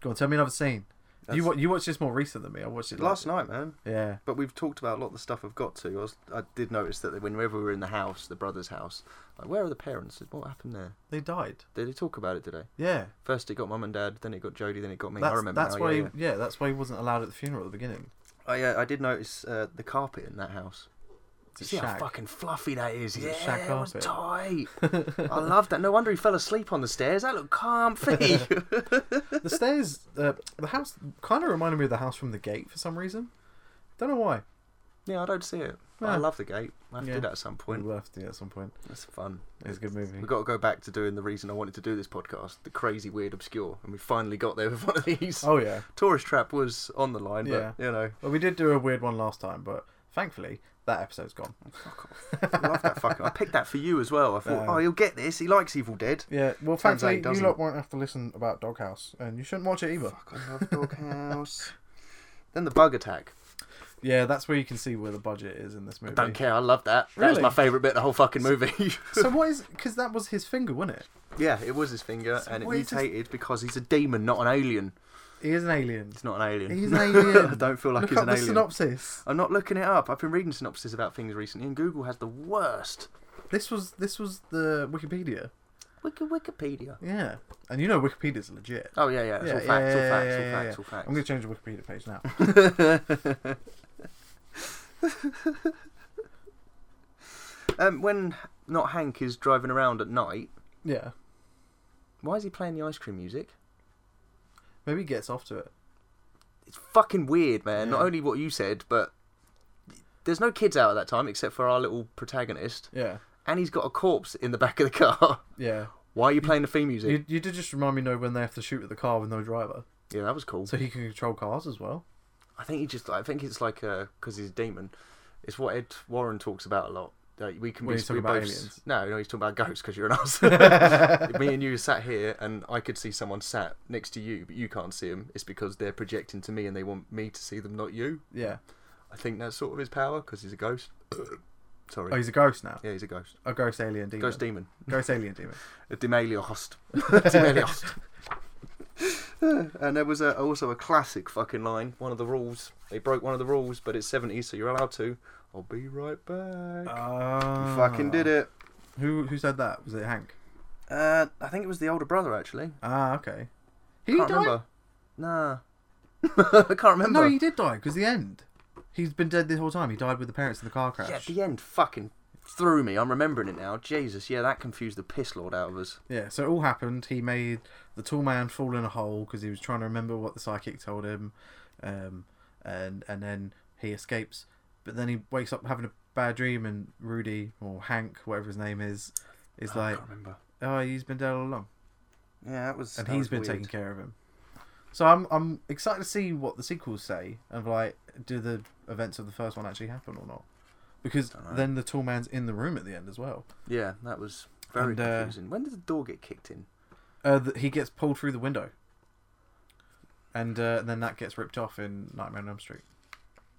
S2: Go on, tell me another scene. You wa- you watched this more recent than me. I watched it
S1: Last
S2: like-
S1: night, man.
S2: Yeah.
S1: But we've talked about a lot of the stuff I've got to. I, was, I did notice that whenever we were in the house, the brother's house, like, where are the parents? What happened there?
S2: They died.
S1: Did they talk about it today?
S2: Yeah.
S1: First it got mum and dad, then it got Jodie, then it got me.
S2: That's,
S1: I remember.
S2: that's
S1: now,
S2: why
S1: yeah,
S2: He, yeah, that's why he wasn't allowed at the funeral at the beginning.
S1: yeah. I, uh, I did notice uh, the carpet in that house.
S2: It's a
S1: See how
S2: shag.
S1: fucking fluffy that is.
S2: a
S1: Yeah,
S2: shag
S1: it was
S2: [LAUGHS]
S1: tight.
S2: carpet.
S1: I love that. No wonder he fell asleep on the stairs. That looked
S2: [LAUGHS]
S1: comfy.
S2: the stairs uh, the house kind of reminded me of the house from the gate for some reason. Don't know why.
S1: yeah, I don't see it. But I
S2: Yeah.
S1: love the gate. I have to
S2: Yeah. Mm.
S1: do that at some point.
S2: We'll have to do it at some point.
S1: That's fun.
S2: It's a good movie.
S1: We've got to go back to doing the reason I wanted to do this podcast, the crazy, weird, obscure, and we finally got there with one of these.
S2: Oh yeah.
S1: Tourist Trap was on the line,
S2: Yeah.
S1: but you know,
S2: Well, we did do a weird one last time, but thankfully that episode's gone.
S1: I love that fucking. I picked that for you as well. I thought,
S2: Yeah.
S1: oh, he'll get this. He likes Evil Dead.
S2: Yeah, well,
S1: Turns out he
S2: thankfully, you
S1: doesn't.
S2: lot won't have to listen about Doghouse, and you shouldn't watch it either.
S1: I love Doghouse. then the bug attack.
S2: Yeah, that's where you can see where the budget is in this movie.
S1: Don't care. I love that. That was
S2: Really?
S1: my favourite bit of the whole fucking movie. [LAUGHS]
S2: So what is? Because that was his finger, wasn't it?
S1: yeah, it was his finger, and it
S2: what is this-
S1: mutated because he's a demon, not an alien.
S2: He is an alien.
S1: He's not an alien. [LAUGHS]
S2: He's an alien.
S1: I don't feel like
S2: Look
S1: he's
S2: up
S1: an
S2: the
S1: alien.
S2: synopsis.
S1: I'm not looking it up. I've been reading synopses about things recently, and Google has the worst.
S2: This was this was the Wikipedia.
S1: Wiki Wikipedia.
S2: Yeah, and you know Wikipedia's legit.
S1: Oh yeah, yeah. It's all facts. all facts. all facts. All facts.
S2: I'm gonna change the Wikipedia page now.
S1: Um, when not Hank is driving around at night,
S2: [LAUGHS] Yeah.
S1: why is he playing the ice cream music?
S2: Maybe he gets off to it.
S1: It's fucking weird, man. Not
S2: Yeah.
S1: only what you said, but there's no kids out at that time except for our little protagonist,
S2: Yeah.
S1: and he's got a corpse in the back of the car. [LAUGHS]
S2: Yeah.
S1: Why are you playing the theme music?
S2: You, you did just remind me, though, when they have to shoot at the car with no driver.
S1: Yeah, that was cool.
S2: So he can control cars as well.
S1: I think he just. I think it's like because he's a demon. It's what Ed Warren talks about a lot. Like, we can
S2: When
S1: be
S2: he's talking
S1: we're
S2: about
S1: both-
S2: aliens.
S1: No, no, he's talking about ghosts because you're an
S2: [LAUGHS]
S1: ass. [LAUGHS] Me and you sat here, and I could see someone sat next to you, but you can't see them. It's because they're projecting to me, and they want me to see them, not you.
S2: Yeah.
S1: I think that's sort of his power because he's a ghost. [COUGHS] Sorry.
S2: Oh, he's a ghost now.
S1: yeah, he's a ghost.
S2: A ghost alien demon.
S1: Ghost demon.
S2: [LAUGHS] Ghost
S1: [LAUGHS]
S2: alien demon.
S1: A [LAUGHS] Demeliost. Demeliost. and there was a, also a classic fucking line. One of the rules. They broke one of the rules, but it's 70s, so you're allowed to. I'll be right back.
S2: Ah.
S1: fucking did it.
S2: Who who said that? Was it Hank?
S1: Uh, I think it was the older brother, actually.
S2: Ah, okay.
S1: He can't
S2: died?
S1: remember. Nah. [LAUGHS] I can't remember.
S2: No, he did die because the end. He's been dead the whole time. He died with the parents in the car
S1: yeah,
S2: crash.
S1: the end fucking threw me. I'm remembering it now. Jesus, yeah, that confused the piss lord out of us.
S2: Yeah, so it all happened. He made the tall man fall in a hole because he was trying to remember what the psychic told him, um, and and then he escapes. But then he wakes up having a bad dream, and Rudy or Hank, whatever his name is, is like,
S1: remember.
S2: oh, he's been dead all along,
S1: Yeah, that was.
S2: and
S1: that
S2: he's
S1: was
S2: been
S1: weird.
S2: taking care of him. So I'm I'm excited to see what the sequels say and like, do the events of the first one actually happen or not? Because
S1: Dunno.
S2: then the tall man's in the room at the end as well.
S1: Yeah, that was very
S2: And, uh,
S1: confusing. When did the door get kicked in?
S2: Uh, th- he gets pulled through the window, and uh, then that gets ripped off in Nightmare on Elm Street.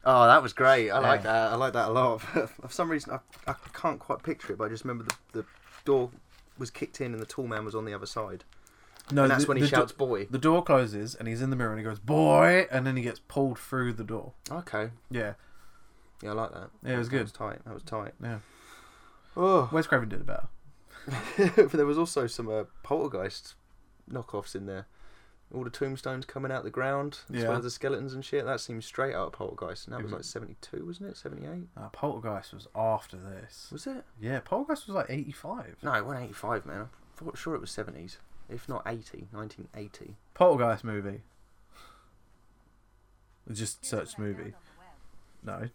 S1: Oh, that was great. I like
S2: Yeah.
S1: that. I like that a lot. [LAUGHS] For some reason, I, I can't quite picture it, but I just remember the, the door was kicked in and the tall man was on the other side.
S2: No,
S1: And that's when he
S2: do-
S1: shouts, "Boy."
S2: The door closes, and he's in the mirror, and he goes, "Boy!" And then he gets pulled through the door.
S1: Okay.
S2: Yeah,
S1: Yeah, I like that.
S2: Yeah, it was
S1: That
S2: good.
S1: was tight. That was tight.
S2: yeah.
S1: Oh. [LAUGHS]
S2: Wes Craven did it better.
S1: there was also some uh, poltergeist knockoffs in there. All the tombstones coming out the ground, as
S2: Yeah. Mm-hmm.
S1: well as the skeletons and shit. That seemed straight out of poltergeist, and that
S2: It
S1: was like
S2: was-
S1: seventy-two, wasn't it? Seventy-eight,
S2: Uh, Poltergeist was after this.
S1: was it?
S2: Yeah, Poltergeist was like eighty-five.
S1: No, it was eighty-five, man. I thought sure it was seventies, if not 80, 1980.
S2: Poltergeist movie. Just search movie. No,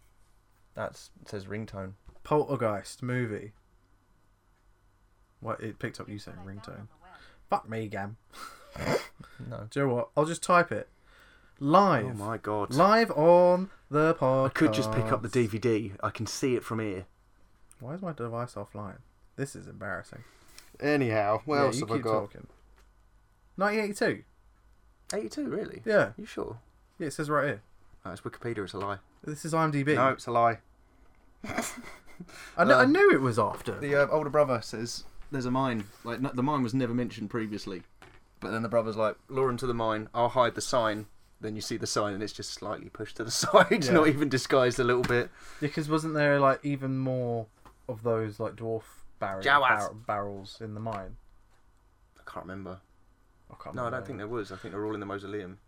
S1: That's it says ringtone.
S2: Poltergeist movie. What it picked up you saying ringtone. Fuck me, Gam.
S1: No.
S2: [LAUGHS] Do you know what? I'll just type it. Live.
S1: Oh my god.
S2: Live on the podcast.
S1: I could just pick up the DVD. I can see it from here.
S2: Why is my device offline? This is embarrassing.
S1: Anyhow, what
S2: Yeah,
S1: else
S2: you
S1: have I
S2: keep
S1: got?
S2: talking. 1982.
S1: 82, really?
S2: Yeah.
S1: You sure?
S2: yeah, it says right here.
S1: No, it's Wikipedia. It's a lie.
S2: This is IMDb.
S1: No, it's a lie.
S2: I, kn- I
S1: um,
S2: knew it was after.
S1: The uh, older brother says, "There's a mine. Like n- the mine was never mentioned previously." But then the brother's like, "Lure him to the mine. I'll hide the sign." Then you see the sign, and it's just slightly pushed to the [LAUGHS] side,
S2: Yeah.
S1: not even disguised a little bit.
S2: Because wasn't there like even more of those like dwarf barrel,
S1: Jawas.
S2: bar- barrels in the mine?
S1: I can't remember.
S2: I can't
S1: No, I don't
S2: remember.
S1: think there was. I think they're all in the mausoleum.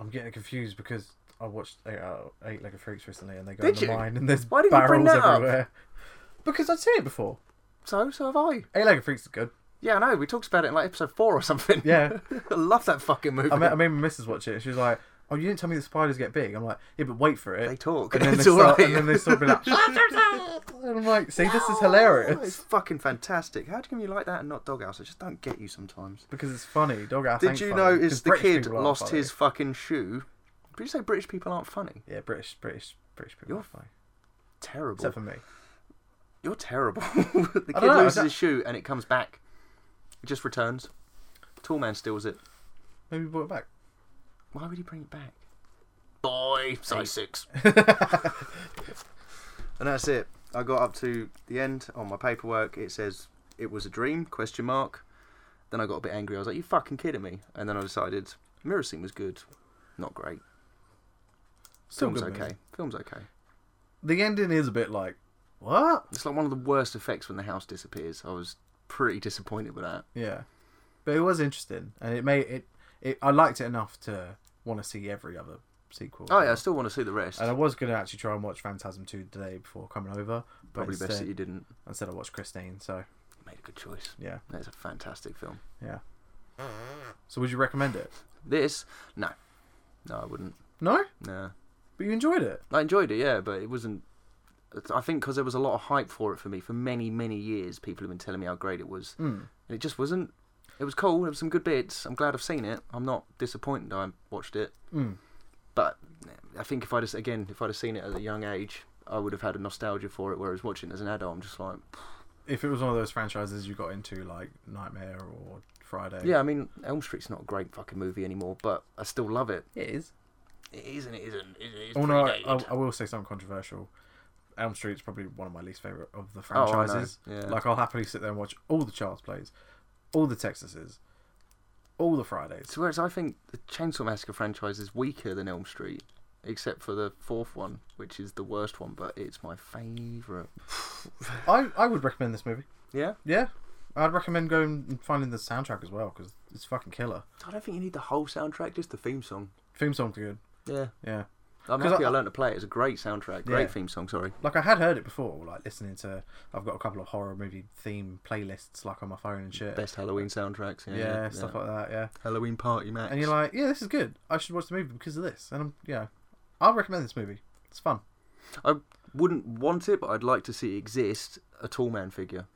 S2: I'm getting confused because I watched Eight, uh, Eight Legged Freaks recently, and they go
S1: Did
S2: in the
S1: you?
S2: mine and there's
S1: Why didn't you
S2: barrels
S1: bring that up?
S2: everywhere. Because I'd seen it before.
S1: So, so have I.
S2: Eight Legged Freaks is good.
S1: Yeah, I know. We talked about it in like episode four or [LAUGHS] something.
S2: Yeah.
S1: I love that fucking movie.
S2: I made, I made my missus watch it. and She was like, "Oh, you didn't tell me the spiders get big." I'm like, "Yeah, but wait for it."
S1: they talk. [LAUGHS]
S2: And then
S1: it's
S2: they
S1: all
S2: start,
S1: right.
S2: and then they sort of be
S1: [LAUGHS]
S2: like, and I'm like, "See, this is hilarious
S1: Oh, It's fucking fantastic. How can you like that and not Doghouse? I just don't get you sometimes.
S2: because it's funny." Dog ass.
S1: Did
S2: ain't
S1: you
S2: funny,
S1: notice
S2: 'cause
S1: the
S2: British
S1: kid
S2: people aren't
S1: lost
S2: funny.
S1: his fucking shoe? Did you say British people aren't funny?
S2: Yeah, British, British, British people.
S1: You're
S2: are funny.
S1: Terrible.
S2: Except for me.
S1: You're terrible. the
S2: [LAUGHS] I
S1: kid
S2: don't know,
S1: loses
S2: I
S1: his shoe and it comes back. It just returns. Tall man steals it.
S2: Maybe we brought it back.
S1: Why would he bring it back? Boy, size six. [LAUGHS] and that's it. I got up to the end on my paperwork. It says it was a dream? Question mark. Then I got a bit angry. I was like, "You fucking kidding me?" And then I decided Mirror Scene was good, not great.
S2: Still
S1: Film's
S2: good
S1: okay.
S2: movie.
S1: Film's okay.
S2: The ending is a bit like, what?
S1: It's like one of the worst effects when the house disappears. I was pretty disappointed with that.
S2: Yeah, but it was interesting, and it made it. it I liked it enough to want to see every other sequel.
S1: Oh yeah, I still want to see the rest.
S2: And I was gonna actually try and watch Phantasm two today before coming over, but
S1: Probably
S2: instead,
S1: best that you didn't.
S2: instead I watched Christine. So
S1: made a good choice.
S2: Yeah,
S1: That's a fantastic film.
S2: yeah. So would you recommend it?
S1: This, no, no, I wouldn't.
S2: No,
S1: No,
S2: but you enjoyed it.
S1: I enjoyed it, yeah, but it wasn't. it's- I think because there was a lot of hype for it for me for many, many years. People have been telling me how great it was,
S2: Mm.
S1: and it just wasn't. It was cool. There was some good bits. I'm glad I've seen it. I'm not disappointed I watched it,
S2: Mm.
S1: but I think if I just again if I'd have seen it at a young age, I would have had a nostalgia for it. Whereas watching it as an adult, I'm just like,
S2: If it was one of those franchises you got into, like Nightmare or Friday.
S1: yeah. I mean, Elm Street's not a great fucking movie anymore, but I still love it.
S2: it is.
S1: It is and it isn't. It is
S2: Oh no, I,
S1: predated.
S2: I, I will say something controversial. Elm Street's probably one of my least favorite of the
S1: Oh, I know.
S2: franchises.
S1: Yeah.
S2: Like I'll happily sit there and watch all the Child's Plays, all the Texases, all the Fridays.
S1: So whereas I think the Chainsaw Massacre franchise is weaker than Elm Street, except for the fourth one, which is the worst one, but it's my favourite.
S2: I, I would recommend this movie.
S1: Yeah,
S2: Yeah, I'd recommend going and finding the soundtrack as well because it's fucking killer.
S1: I don't think you need the whole soundtrack, just the theme song.
S2: Theme song's good.
S1: Yeah,
S2: Yeah,
S1: I'm
S2: 'Cause
S1: happy I,
S2: I-
S1: learned to play it. It's a great soundtrack, great
S2: Yeah.
S1: theme song. Sorry.
S2: like I had heard it before. Like listening to, I've got a couple of horror movie theme playlists like on my phone and shit.
S1: Best Halloween soundtracks. Yeah,
S2: yeah, stuff like that. Yeah,
S1: Halloween Party Max.
S2: and you're like, yeah, this is good. I should watch the movie because of this. And I'm, yeah, I'll recommend this movie. It's fun.
S1: I wouldn't want it, but I'd like to see it exist. A tall man figure.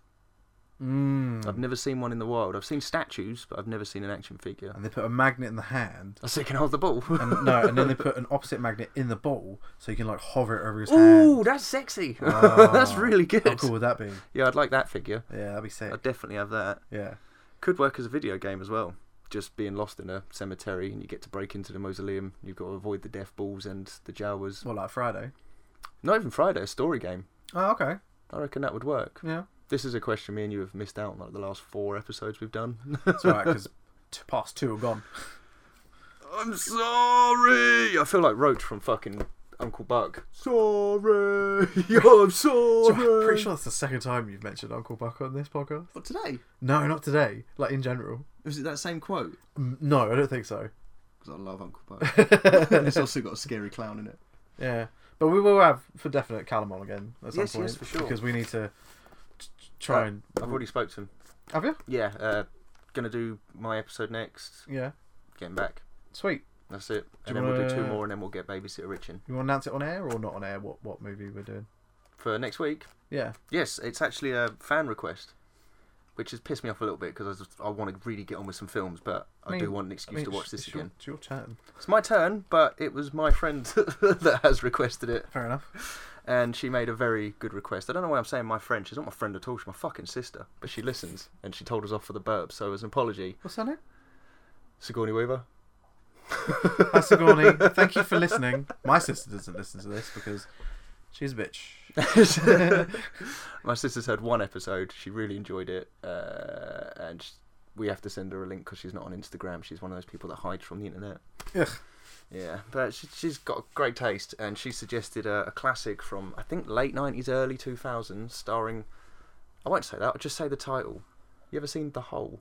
S2: Mm.
S1: I've never seen one in the wild. I've seen statues, but I've never seen an action figure.
S2: And they put a magnet in the hand.
S1: I still can hold the ball.
S2: [LAUGHS] And, no, and then they put an opposite magnet in the ball so you can like hover it over his
S1: Ooh,
S2: hand.
S1: that's sexy.
S2: Oh,
S1: [LAUGHS] that's really good.
S2: How cool would that be?
S1: Yeah, I'd like that figure.
S2: Yeah, that'd be sick.
S1: I'd definitely have that.
S2: Yeah.
S1: Could work as a video game as well. Just being lost in a cemetery and you get to break into the mausoleum. You've got to avoid the death balls and the Jawas.
S2: Well, like Friday.
S1: Not even Friday, a story game.
S2: Oh, okay.
S1: I reckon that would work.
S2: Yeah.
S1: This is a question me and you have missed out on like the last four episodes we've done. [LAUGHS]
S2: It's alright because t- past two are [LAUGHS] gone.
S1: I'm sorry. I feel like Roach from fucking Uncle Buck. [LAUGHS]
S7: [LAUGHS]
S1: Sorry. I'm
S2: So
S1: sorry.
S2: I'm pretty sure that's the second time you've mentioned Uncle Buck on this podcast.
S1: What, today?
S2: No, not today. Like in general.
S7: Was it that same quote?
S2: Mm, No, I don't think so.
S7: Because I love Uncle
S1: [LAUGHS]
S7: Buck. and it's also got a scary clown in it.
S2: Yeah. But we will have for definite Callum on again at some
S1: Yes,
S2: point
S1: yes, for sure.
S2: because we need to t- t- try
S1: Uh,
S2: and
S1: I've already spoke to him.
S2: have you?
S1: Yeah, uh, gonna do my episode next.
S2: Yeah.
S1: Getting back.
S2: Sweet.
S1: That's it.
S2: Do
S1: And
S2: you
S1: then we'll do two
S2: wanna-
S1: more, and then we'll get babysitter Richin
S2: You want to announce it on air or not on air? What what movie we're doing?
S1: for next week.
S2: Yeah.
S1: Yes, it's actually a fan request, which has pissed me off a little bit because I, just- I want to really get on with some films, but I,
S2: mean-
S1: do want an excuse to watch
S2: it's-
S1: this
S2: it's your-
S1: again.
S2: It's your turn.
S1: It's my turn, but it was my friend [LAUGHS] that has requested it,
S2: Fair enough.
S1: and she made a very good request. I don't know why I'm saying my friend. She's not my friend at all. She's my fucking sister, but she listens, and she told us off for the burp. So as an apology,
S2: What's her name?
S1: Sigourney Weaver. [LAUGHS]
S2: Hi Sigourney. Thank you for listening. My sister doesn't listen to this because she's a bitch.
S1: [LAUGHS] My sister's heard one episode. She really enjoyed it, uh, and sh we have to send her a link because she's not on Instagram. She's one of those people that hides from the internet.
S2: Ugh.
S1: Yeah, but she, she's got great taste, and she suggested a, a classic from I think late '90s, early 2000s, starring. I won't say that. I'll just say the title. You ever seen The Hole?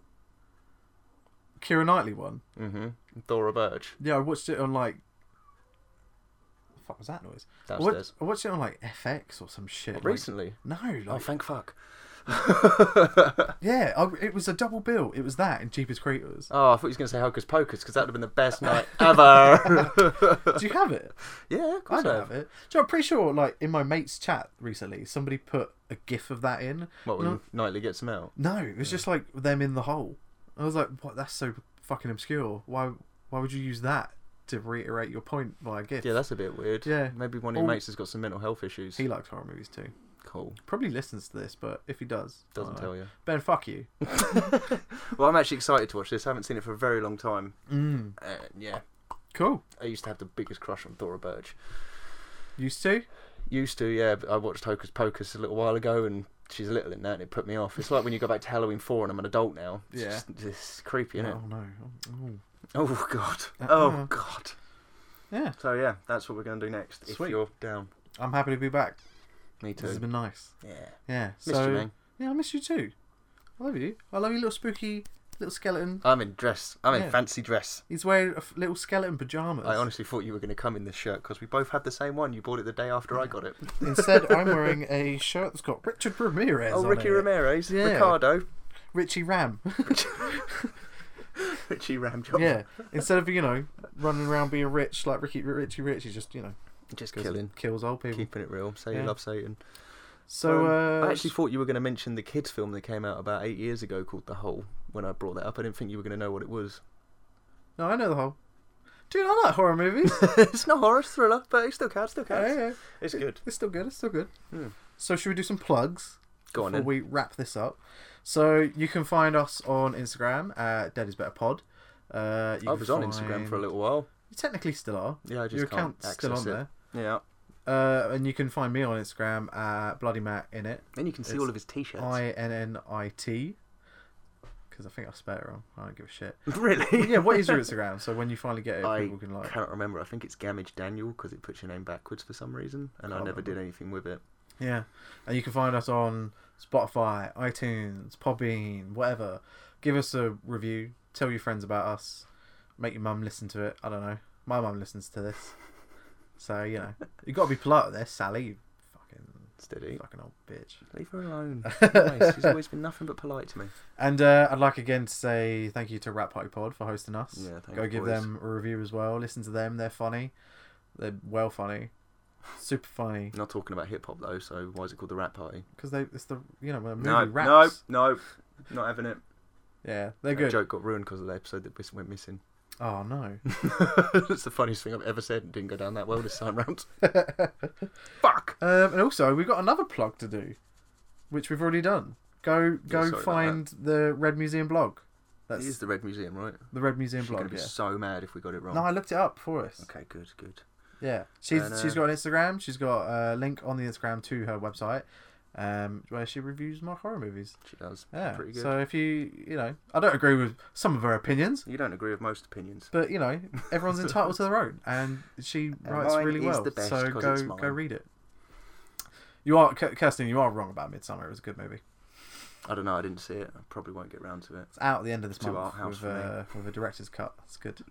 S2: Kira Knightley one.
S1: Mm-hmm. Thora Birch.
S2: Yeah, I watched it on like. The fuck was that noise? I wa-
S1: Downstairs.
S2: I watched it on like FX or some shit. like-
S1: Recently.
S2: No,
S1: Oh,
S2: like,
S1: thank fuck.
S2: yeah, I, it was a double bill. It was that and Jeepers Creepers.
S1: Oh, I thought you was going to say Hocus Pocus because that would have been the best night ever.
S2: [LAUGHS]
S1: [LAUGHS]
S2: Do you have it?
S1: yeah, of course
S2: I don't have it. Do you know, I'm pretty sure, like in my mate's chat recently, somebody put a gif of that in.
S1: What,
S2: You
S1: when
S2: know-
S1: Knightley gets them out?
S2: No, it was just like them in the hole. I was like, "What? That's so fucking obscure. Why? Why would you use that to reiterate your point via gift?"
S1: Yeah, that's a bit weird.
S2: Yeah.
S1: Maybe one of your
S2: Or-
S1: mates has got some mental health issues.
S2: he likes horror movies too.
S1: Cool.
S2: Probably listens to this, but if he does, I
S1: Doesn't
S2: don't know.
S1: tell you.
S2: Ben, fuck you.
S1: Well, I'm actually excited to watch this. I haven't seen it for a very long time.
S2: Mm,
S1: Uh, yeah.
S2: cool.
S1: I used to have the biggest crush on Thora Birch.
S2: Used to.
S1: Used to, yeah, but I watched Hocus Pocus a little while ago and she's little in that and it put me off. It's like when you go back to Halloween 4 and I'm an adult now. It's
S2: Yeah.
S1: just- it's creepy, isn't it?
S2: Oh no. Oh, oh.
S1: Oh, God.
S2: Uh, uh.
S1: Oh, God.
S2: Yeah,
S1: So, yeah, that's what we're going to do next.
S2: Sweet.
S1: If you're down.
S2: I'm happy to be back.
S1: Me
S2: This has
S1: too.
S2: been nice.
S1: Yeah.
S2: Yeah.
S1: Missed
S2: so
S1: you, man.
S2: yeah, I miss you too. I love you. I love you, little spooky, Little skeleton.
S1: I'm in dress. I'm in
S2: Yeah.
S1: fancy dress.
S2: He's wearing a f- little skeleton pajamas.
S1: I honestly thought you were going to come in this shirt because we both had the same one. You bought it the day after I got it.
S2: Instead,
S1: [LAUGHS]
S2: I'm wearing a shirt that's got Richard Ramirez.
S1: oh,
S2: on
S1: Ricky
S2: it.
S1: Ramirez,
S2: Yeah.
S1: Ricardo,
S2: Richie Ram.
S1: [LAUGHS] Richie Ramjohn.
S2: yeah. Instead of you know running around being rich like Ricky Richie Rich, he just you know
S1: just
S2: goes and
S1: killing,
S2: kills old people.
S1: keeping it real. Say you
S2: Yeah.
S1: love Satan. Um,
S2: So uh,
S1: I actually thought you were going to mention the kids' film that came out about eight years ago called The Hole. When I brought that up, I didn't think you were going to know what it was.
S2: no, I know the whole. Dude, I like horror movies.
S1: [LAUGHS] [LAUGHS] it's not horror, it's thriller, but it still counts. Still counts.
S2: yeah, yeah.
S1: It's good.
S2: It's still good. It's still good.
S1: Hmm.
S2: So should we do some plugs?
S1: Go on
S2: before
S1: then.
S2: we wrap this up. So you can find us on Instagram at Dead Is Better Pod. Uh, you
S1: I
S2: can
S1: was on
S2: find-
S1: Instagram for a little while.
S2: You technically still are.
S1: Yeah, I just
S2: Your
S1: can't
S2: account's still on
S1: access it.
S2: there.
S1: Yeah.
S2: Uh, and you can find me on Instagram at Bloody Matt in it.
S1: Then you can see
S2: It's
S1: all of his t-shirts.
S2: I N N I T. Because I think I spelled it wrong. I don't give a shit.
S1: [LAUGHS] Really?
S2: Yeah, what is your Instagram? So when you finally get it,
S1: I
S2: people can like.
S1: cannot remember. I think it's Gamage Daniel because it puts your name backwards for some reason, and I
S2: Can't
S1: never did
S2: remember.
S1: anything with it.
S2: Yeah, and you can find us on Spotify, iTunes, Podbean, whatever. Give us a review. Tell your friends about us. Make your mum listen to it. I don't know. My mum listens to this, so you know you got to be polite with this, Sally. You fucking
S1: Steady.
S2: fucking old bitch.
S1: Leave her
S2: [LAUGHS]
S1: alone. Always. She's always been nothing but polite to me.
S2: And uh, I'd like again to say thank you to Rat Party Pod for hosting us.
S1: Yeah, thank
S2: Go
S1: you,
S2: give
S1: boys.
S2: them a review as well. Listen to them. They're funny. They're well funny. Super funny
S1: [LAUGHS] Not talking about hip hop though, so why is it called the Rap Party?
S2: because they it's the you know when a movie
S1: No, no,
S2: raps.
S1: no, not having it.
S2: Yeah, they're
S1: That
S2: good.
S1: joke got ruined because of the episode that mis- went missing. [LAUGHS]
S2: Oh no.
S1: That's the funniest thing I've ever said. It didn't go down that well this time
S2: [LAUGHS]
S1: round. Fuck.
S2: Um, and also, we've got another plug to do, which we've already done. Go go
S1: sorry about
S2: find the Red Museum blog.
S1: It
S2: That's
S1: is the Red Museum, right?
S2: the Red Museum
S1: She's gonna
S2: blog.
S1: be
S2: Yeah.
S1: so mad if we got it wrong.
S2: No, I looked it up for us.
S1: Okay, good, good.
S2: Yeah, she's
S1: And, uh,
S2: she's got an Instagram. She's got a link on the Instagram to her website, um, where she reviews my horror movies.
S1: She does.
S2: Yeah.
S1: pretty good.
S2: So if you you know, I don't agree with some of her opinions,
S1: you don't agree with most opinions.
S2: but you know, everyone's entitled to their own, and she writes
S1: mine
S2: really
S1: is
S2: well.
S1: the best
S2: so
S1: 'cause
S2: go
S1: it's
S2: go
S1: mine.
S2: read it. You are K- Kirsten. You are wrong about Midsummer. It was a good movie.
S1: I don't know. I didn't see it. I probably won't get round to it.
S2: It's out at the end of this
S1: Too art
S2: month
S1: house
S2: with,
S1: for me.
S2: uh, with a director's cut. That's good.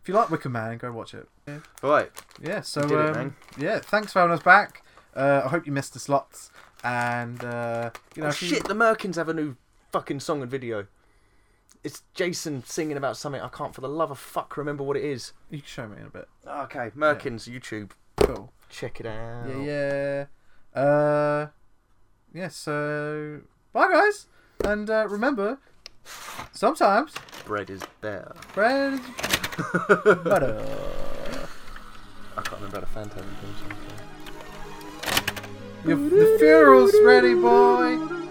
S2: If you like Wicker Man, go watch it.
S1: All right.
S2: Yeah. So
S1: did it,
S2: um,
S1: man.
S2: yeah, thanks for having us back. Uh, I hope you missed the slots, and uh, you know,
S1: Oh,
S2: if you-
S1: shit, the Merkins have a new fucking song and video. It's Jason singing about something I can't for the love of fuck remember what it is.
S2: you can show me in a bit.
S1: Okay, Merkins YouTube.
S2: Cool.
S1: Check it out.
S2: Yeah, yeah. Uh, yeah. So bye, guys, and uh, remember, sometimes
S1: Bread is better.
S2: bread
S1: [LAUGHS]
S2: is butter.
S1: I can't remember how the Phantasm theme song.
S2: Your, the funeral's ready, boy.